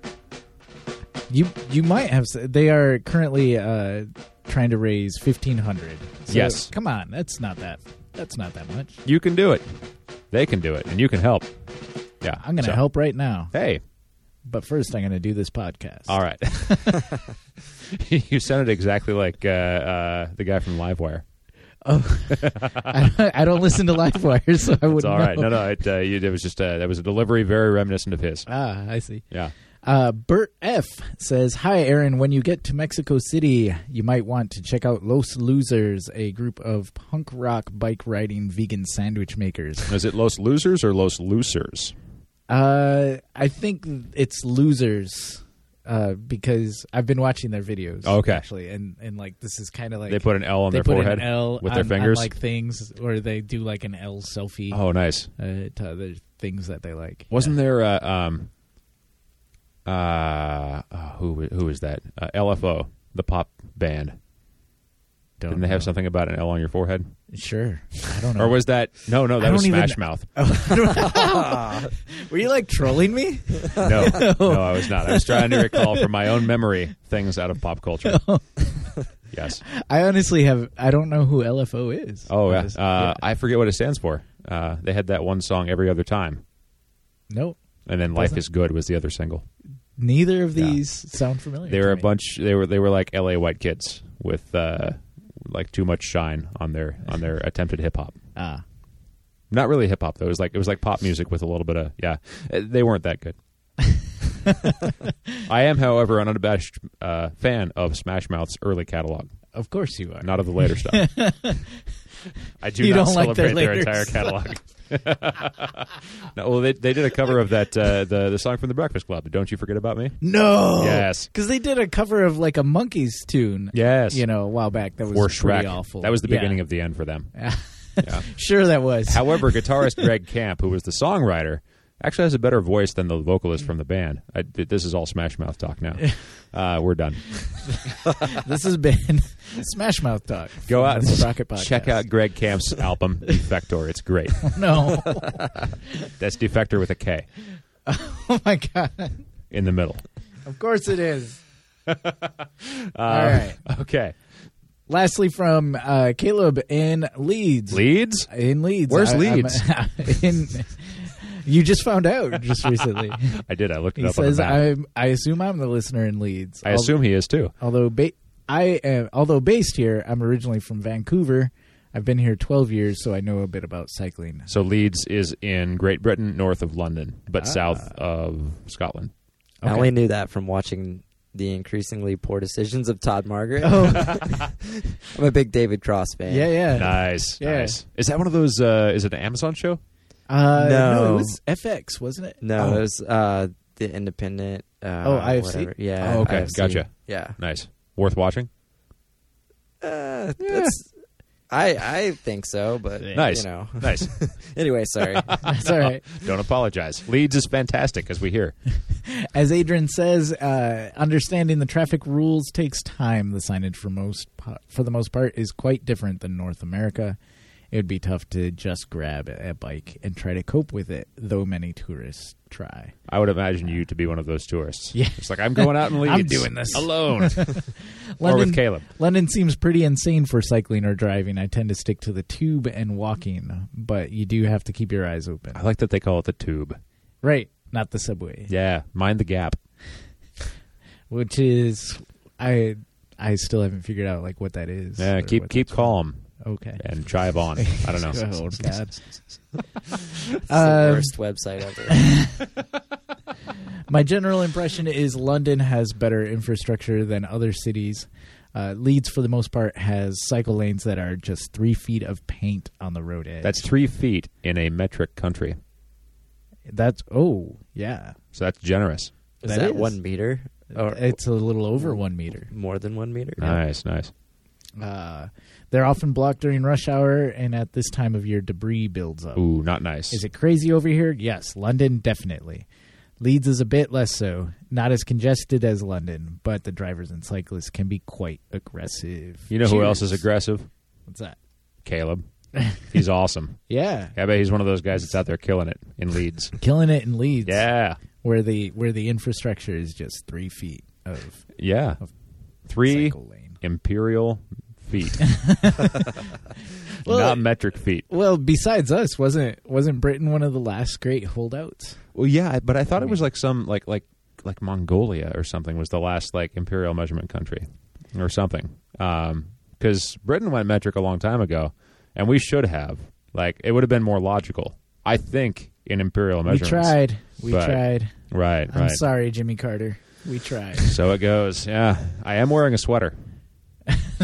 A: You you might have. s- They are currently uh, trying to raise fifteen hundred. So,
C: Yes.
A: Come on, that's not that. That's not that much.
C: You can do it. They can do it, and you can help. Yeah,
A: I'm going to
C: so-
A: help right now,
C: Hey,
A: but first I'm going to do this podcast.
C: all right. you sounded exactly like uh, uh, the guy from Livewire.
A: Oh, I, don't, I don't listen to Livewire, so I
C: It's
A: wouldn't
C: all right.
A: know.
C: No, no, it, uh, you- it was just uh, that was a delivery very reminiscent of his.
A: Ah, I see.
C: Yeah.
A: Uh, Bert F says, "Hi, Aaron. When you get to Mexico City, you might want to check out Los Losers, a group of punk rock bike riding vegan sandwich makers.
C: Is it Los Losers or Los Lucers?
A: Uh, I think it's losers." Uh, because I've been watching their videos,
C: Okay.
A: actually, and and like this is kind of like
C: They put an L on
A: they
C: their
A: put
C: forehead
A: an L
C: with their
A: on- on,
C: fingers.
A: like things, or they do like an L selfie
C: oh, nice.
A: uh, to other things that they like.
C: Wasn't there uh, um uh oh, who who is that? Uh, LFO, the pop band.
A: Don't
C: Didn't they have something about an L on your forehead?
A: Sure, I don't know.
C: Or was that No, no,
A: I
C: that was
A: don't even-
C: Smash Mouth.
A: Were you like trolling me?
C: No. no, I was not. I was trying to recall from my own memory things out of pop culture.
A: Oh.
C: yes.
A: I honestly have. I don't know who LFO is.
C: Oh yeah. Uh,
A: Honest-
C: I forget what it stands for. Uh, they had that one song every other time.
A: no,
C: And then Life is Good was the other single.
A: neither of these sound familiar.
C: They
A: to
C: were a
A: me.
C: bunch. They were they were like L.A. white kids with uh, like too much shine on their on their attempted hip hop.
A: Ah,
C: Not really hip hop though. It was like it was like pop music with a little bit of yeah. Uh, They weren't that good. I am, however, an unabashed uh, fan of Smash Mouth's early catalog,
A: of course you are.
C: not of the later stuff. I do
A: You
C: not
A: don't like
C: celebrate
A: their
C: their
A: later
C: entire catalog. no, well, they, they did a cover of that uh, the the song from the Breakfast Club. Don't you forget about me?
A: no.
C: Yes.
A: Because they did a cover of like a monkeys tune.
C: Yes.
A: You know, a while back that was
C: or
A: pretty
C: Shrek.
A: awful.
C: That was the
A: Yeah.
C: beginning of the end for them.
A: Sure, that was.
C: However, guitarist Greg Camp, who was the songwriter, actually has a better voice than the vocalist from the band. I, this is all Smash Mouth talk now. Uh, we're done.
A: this has been Smash Mouth Talk.
C: Go
A: from
C: out
A: the
C: and
A: Rocket Podcast.
C: check out Greg Camp's album Defector. It's great.
A: No.
C: That's Defector with a K
A: oh my god.
C: in the middle.
A: Of course it is.
C: Uh,
A: All right.
C: Okay.
A: Lastly, from uh, Caleb in Leeds.
C: Leeds.
A: In Leeds.
C: Where's
A: I- I'm-
C: Leeds?
A: in, you just found out just recently.
C: I did. I looked it
A: he
C: up on the
A: says,
C: map.
A: I'm, "I assume I'm the listener in Leeds.
C: I
A: Al-
C: assume he is too.
A: although ba- I am, although based here, I'm originally from Vancouver. I've been here 12 years, so I know a bit about cycling.
C: So Leeds is in Great Britain, north of London,
A: Ah.
C: but south of Scotland.
D: I only knew that from watching the increasingly poor decisions of Todd Margaret.
C: Oh.
D: I'm a big David Cross fan.
A: Oh, Yeah, yeah.
C: Nice.
A: Yeah.
C: Nice. Is that one of those? Uh, is it an Amazon show?
A: Uh,
D: No.
A: it was FX, wasn't it?
D: No,
A: Oh.
D: it was uh, the Independent. Uh,
A: Oh, IFC?
D: whatever. Yeah.
C: Oh, okay.
D: IFC.
C: Gotcha.
D: Yeah.
C: Nice. Worth watching.
D: Uh, that's, I I think so, but
C: Nice.
D: You know.
C: Nice.
D: anyway, sorry.
A: That's all right.
C: Don't apologize. Leeds is fantastic, as we hear.
A: As Adrian says, uh, understanding the traffic rules takes time. The signage for most po- for the most part is quite different than North America. It would be tough to just grab a a bike and try to cope with it, though many tourists try.
C: I would imagine you to be one of those tourists.
A: Yeah.
C: It's like I'm going out in Leeds.
A: I'm doing this.
C: alone, or with Caleb.
A: London seems pretty insane for cycling or driving. I tend to stick to the tube and walking, but you do have to keep your eyes open.
C: I like that they call it the tube.
A: Right, not the subway,
C: Yeah. Mind the gap.
A: which is I I still haven't figured out like what that is.
C: Yeah.
A: or
C: Keep
A: what
C: keep
A: that's for.
C: calm
A: Okay.
C: and drive on. I don't know.
A: Oh, God.
D: It's the
A: Um,
D: worst website ever.
A: My general impression is London has better infrastructure than other cities. Uh, Leeds, for the most part, has cycle lanes that are just three feet of paint on the road edge.
C: That's three feet in a metric country,
A: that's oh yeah,
C: so that's generous.
D: Is
A: that
D: that,
A: is.
D: one meter
C: Uh,
D: or
A: it's a little over one meter.
D: more than one meter?
C: Nice, nice.
A: Uh, they're often blocked during rush hour, and at this time of year, debris builds up.
C: Ooh, not nice.
A: Is it crazy over here? Yes, London definitely. Leeds is a bit less so, not as congested as London, but the drivers and cyclists can be quite aggressive.
C: You know who
A: Cheers.
C: else is aggressive?
A: What's that?
C: Caleb. He's awesome.
A: Yeah,
C: I bet he's one of those guys that's out there killing it in Leeds.
A: killing it in Leeds.
C: Yeah.
A: where the where the infrastructure is just three feet of
C: Yeah.
A: Of
C: Three
A: cycle lane.
C: imperial feet.
A: Well,
C: Not metric feet.
A: Well, besides us, wasn't wasn't Britain one of the last great holdouts?
C: Well, yeah, I- but I thought it
A: Mm-hmm.
C: was like some like like like Mongolia or something was the last like imperial measurement country or something. Um, because Britain went metric a long time ago, and we should have. Like it would have been more logical, I think, in imperial
A: We
C: measurements.
A: tried. We
C: But-
A: tried.
C: Right.
A: I'm
C: right.
A: sorry, Jimmy Carter. We tried.
C: So it goes. Yeah, I am wearing a sweater.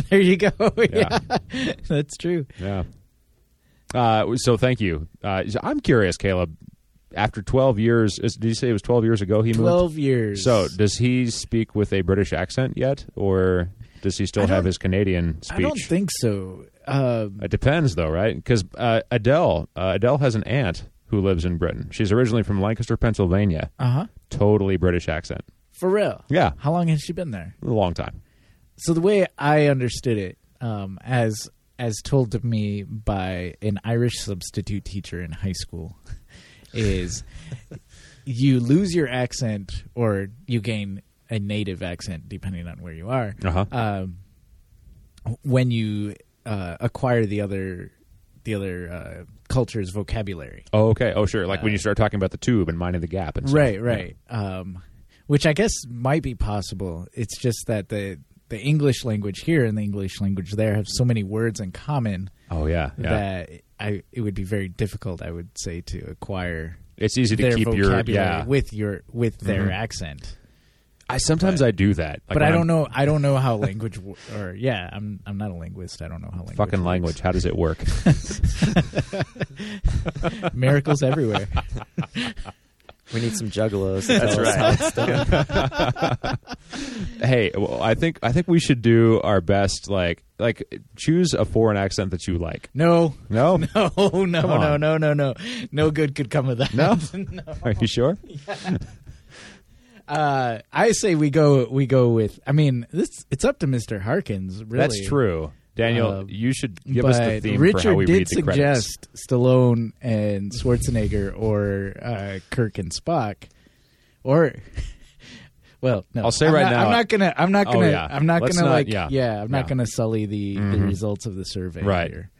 A: there you go.
C: Yeah.
A: yeah. That's true.
C: Yeah. Uh, so thank you. Uh, I'm curious, Caleb. After 12 years, is, did you say it was 12 years ago he moved?
A: 12 years.
C: So does he speak with a British accent yet, or does he still
A: I
C: have
A: don't-
C: his Canadian speech?
A: I don't think so. Um,
C: It depends, though, right? Because uh, Adele, uh, Adele has an aunt who lives in Britain. She's originally from Lancaster, Pennsylvania.
A: uh huh.
C: Totally British accent.
A: For real.
C: Yeah,
A: How long has she been there?
C: a long time.
A: So the way I understood it, um, as as told to me by an Irish substitute teacher in high school, is you lose your accent or you gain a native accent depending on where you are
C: Uh-huh.
A: um, when you uh, acquire the other the other uh, culture's vocabulary.
C: Oh, okay. Oh, sure. Like when you start talking about the tube and mining the gap and stuff.
A: Right, right. Um, which I guess might be possible. It's just that the the English language here and the English language there have so many words in common
C: Oh, yeah. Yeah.
A: that I it would be very difficult, I would say, to acquire
C: it's easy to
A: their
C: keep your
A: vocabulary
C: yeah.
A: with your with their accent.
C: I sometimes I do that, Like,
A: but I
C: when
A: don't
C: I'm-
A: know. I don't know how language wo- or yeah. I'm I'm not a linguist. I don't know how language.
C: Fucking
A: works.
C: language. How does it work?
A: Miracles everywhere.
D: We need some juggalos. to tell us how it's done.
C: hey, well, I think I think we should do our best. Like, like choose a foreign accent that you like.
A: No.
C: No,
A: No, no, no,
C: on.
A: no, no, no. No good could come of that.
C: no. Are you sure?
A: Uh, I say we go we go with I mean, this it's up to Mr. Harkins, really.
C: That's true. Daniel,
A: Uh,
C: you should give us the
A: But
C: theme
A: Richard
C: for how we
A: did
C: read the credits.
A: suggest Stallone and Schwarzenegger or uh, Kirk and Spock or well, no.
C: I'll say
A: I'm
C: right
A: not-
C: now-
A: I'm not gonna. I'm not
C: Oh,
A: gonna.
C: yeah.
A: I'm not
C: Let's
A: gonna
C: not-
A: like.
C: yeah.
A: Yeah. I'm not
C: Yeah. Mm-hmm.
A: gonna sully the, the results of the survey.
C: Right.
A: Here.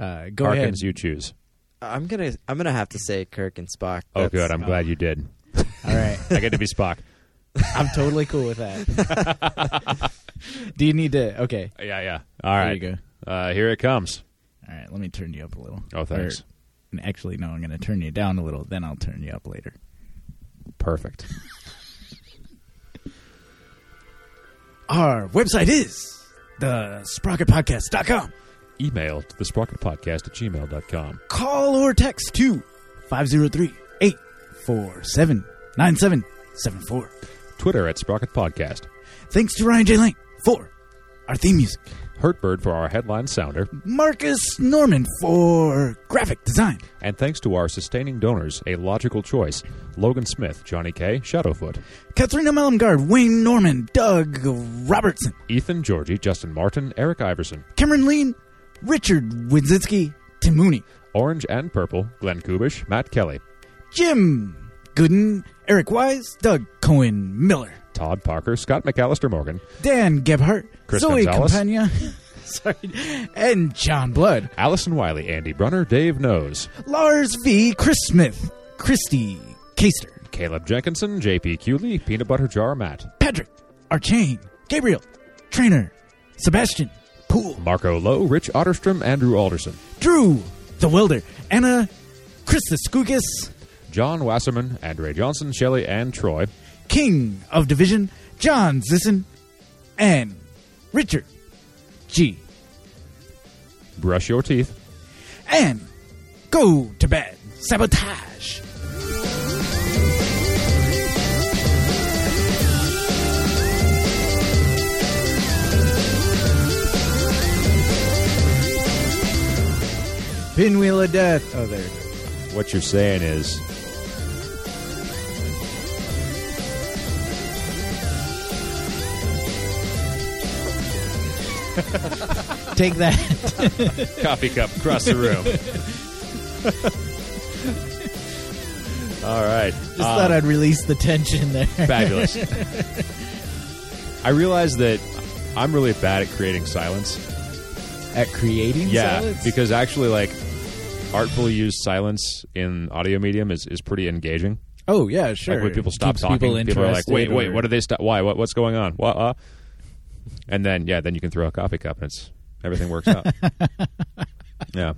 A: Uh, go ahead.
C: Harkins, you choose.
D: I'm gonna I'm gonna have to say Kirk and Spock.
C: Oh,
D: That's-
C: good. I'm glad you did.
A: All right.
C: I get to be Spock.
A: I'm totally cool with that. Do you need to? Okay.
C: Yeah, yeah. All right.
A: There you
C: Uh, here it comes.
A: All right. Let me turn you up a little.
C: Oh, thanks.
A: Or- actually, no. I'm going to turn you down a little. Then I'll turn you up later.
C: Perfect.
A: Our website is thesprocketpodcast.com.
C: Email to the Sprocket Podcast at gmail.com.
A: Call or text to 503-847-9774.
C: Twitter at Sprocket Podcast.
A: Thanks to Ryan J. Lane for our theme music.
C: Hurtbird for our headline sounder.
A: Marcus Norman for graphic design.
C: And thanks to our sustaining donors, a logical choice Logan Smith, Johnny K, Shadowfoot,
A: Katharina Mellumgard, Wayne Norman, Doug Robertson,
C: Ethan Georgie, Justin Martin, Eric Iverson,
A: Cameron Lean, Richard Winzinski, Tim Mooney,
C: Orange and Purple, Glenn Kubish, Matt Kelly,
A: Jim Gooden, Eric Wise, Doug Cohen Miller,
C: Todd Parker, Scott McAllister Morgan,
A: Dan Gebhart,
C: Chris
A: Zoe
C: Gonzalez.
A: Campagna, sorry, and John Blood,
C: Allison Wiley, Andy Brunner, Dave Knows,
A: Lars V. Chris Smith, Christy Caster,
C: Caleb Jenkinson, JP Cooley, Peanut Butter Jar Matt,
A: Patrick Archain, Gabriel Trainer, Sebastian Poole,
C: Marco Lowe, Rich Otterstrom, Andrew Alderson,
A: Drew the Welder, Anna Christoskoukis,
C: John Wasserman, Andre Johnson, Shelley, and Troy,
A: King of Division, John Zisson, and Richard G.
C: Brush Your Teeth,
A: And go to bed. Sabotage. Pinwheel of Death. Oh, there.
C: what you're saying is
A: Take that.
C: coffee cup across the room. All right. Um,
A: Just thought
C: Uh,
A: I'd release the tension there.
C: Fabulous. I realize that I'm really bad at creating silence.
A: At creating
C: Yeah,
A: salads?
C: because actually, like, artfully used silence in audio medium is, is pretty engaging.
A: oh yeah, sure.
C: Like when people stop
A: Keeps
C: talking,
A: people,
C: are like,
A: interested
C: "Wait, wait,
A: or-
C: what did they stop? Why? What, what's going on? What?" Uh? And then, yeah, then you can throw a coffee cup, and it's everything works out. yeah.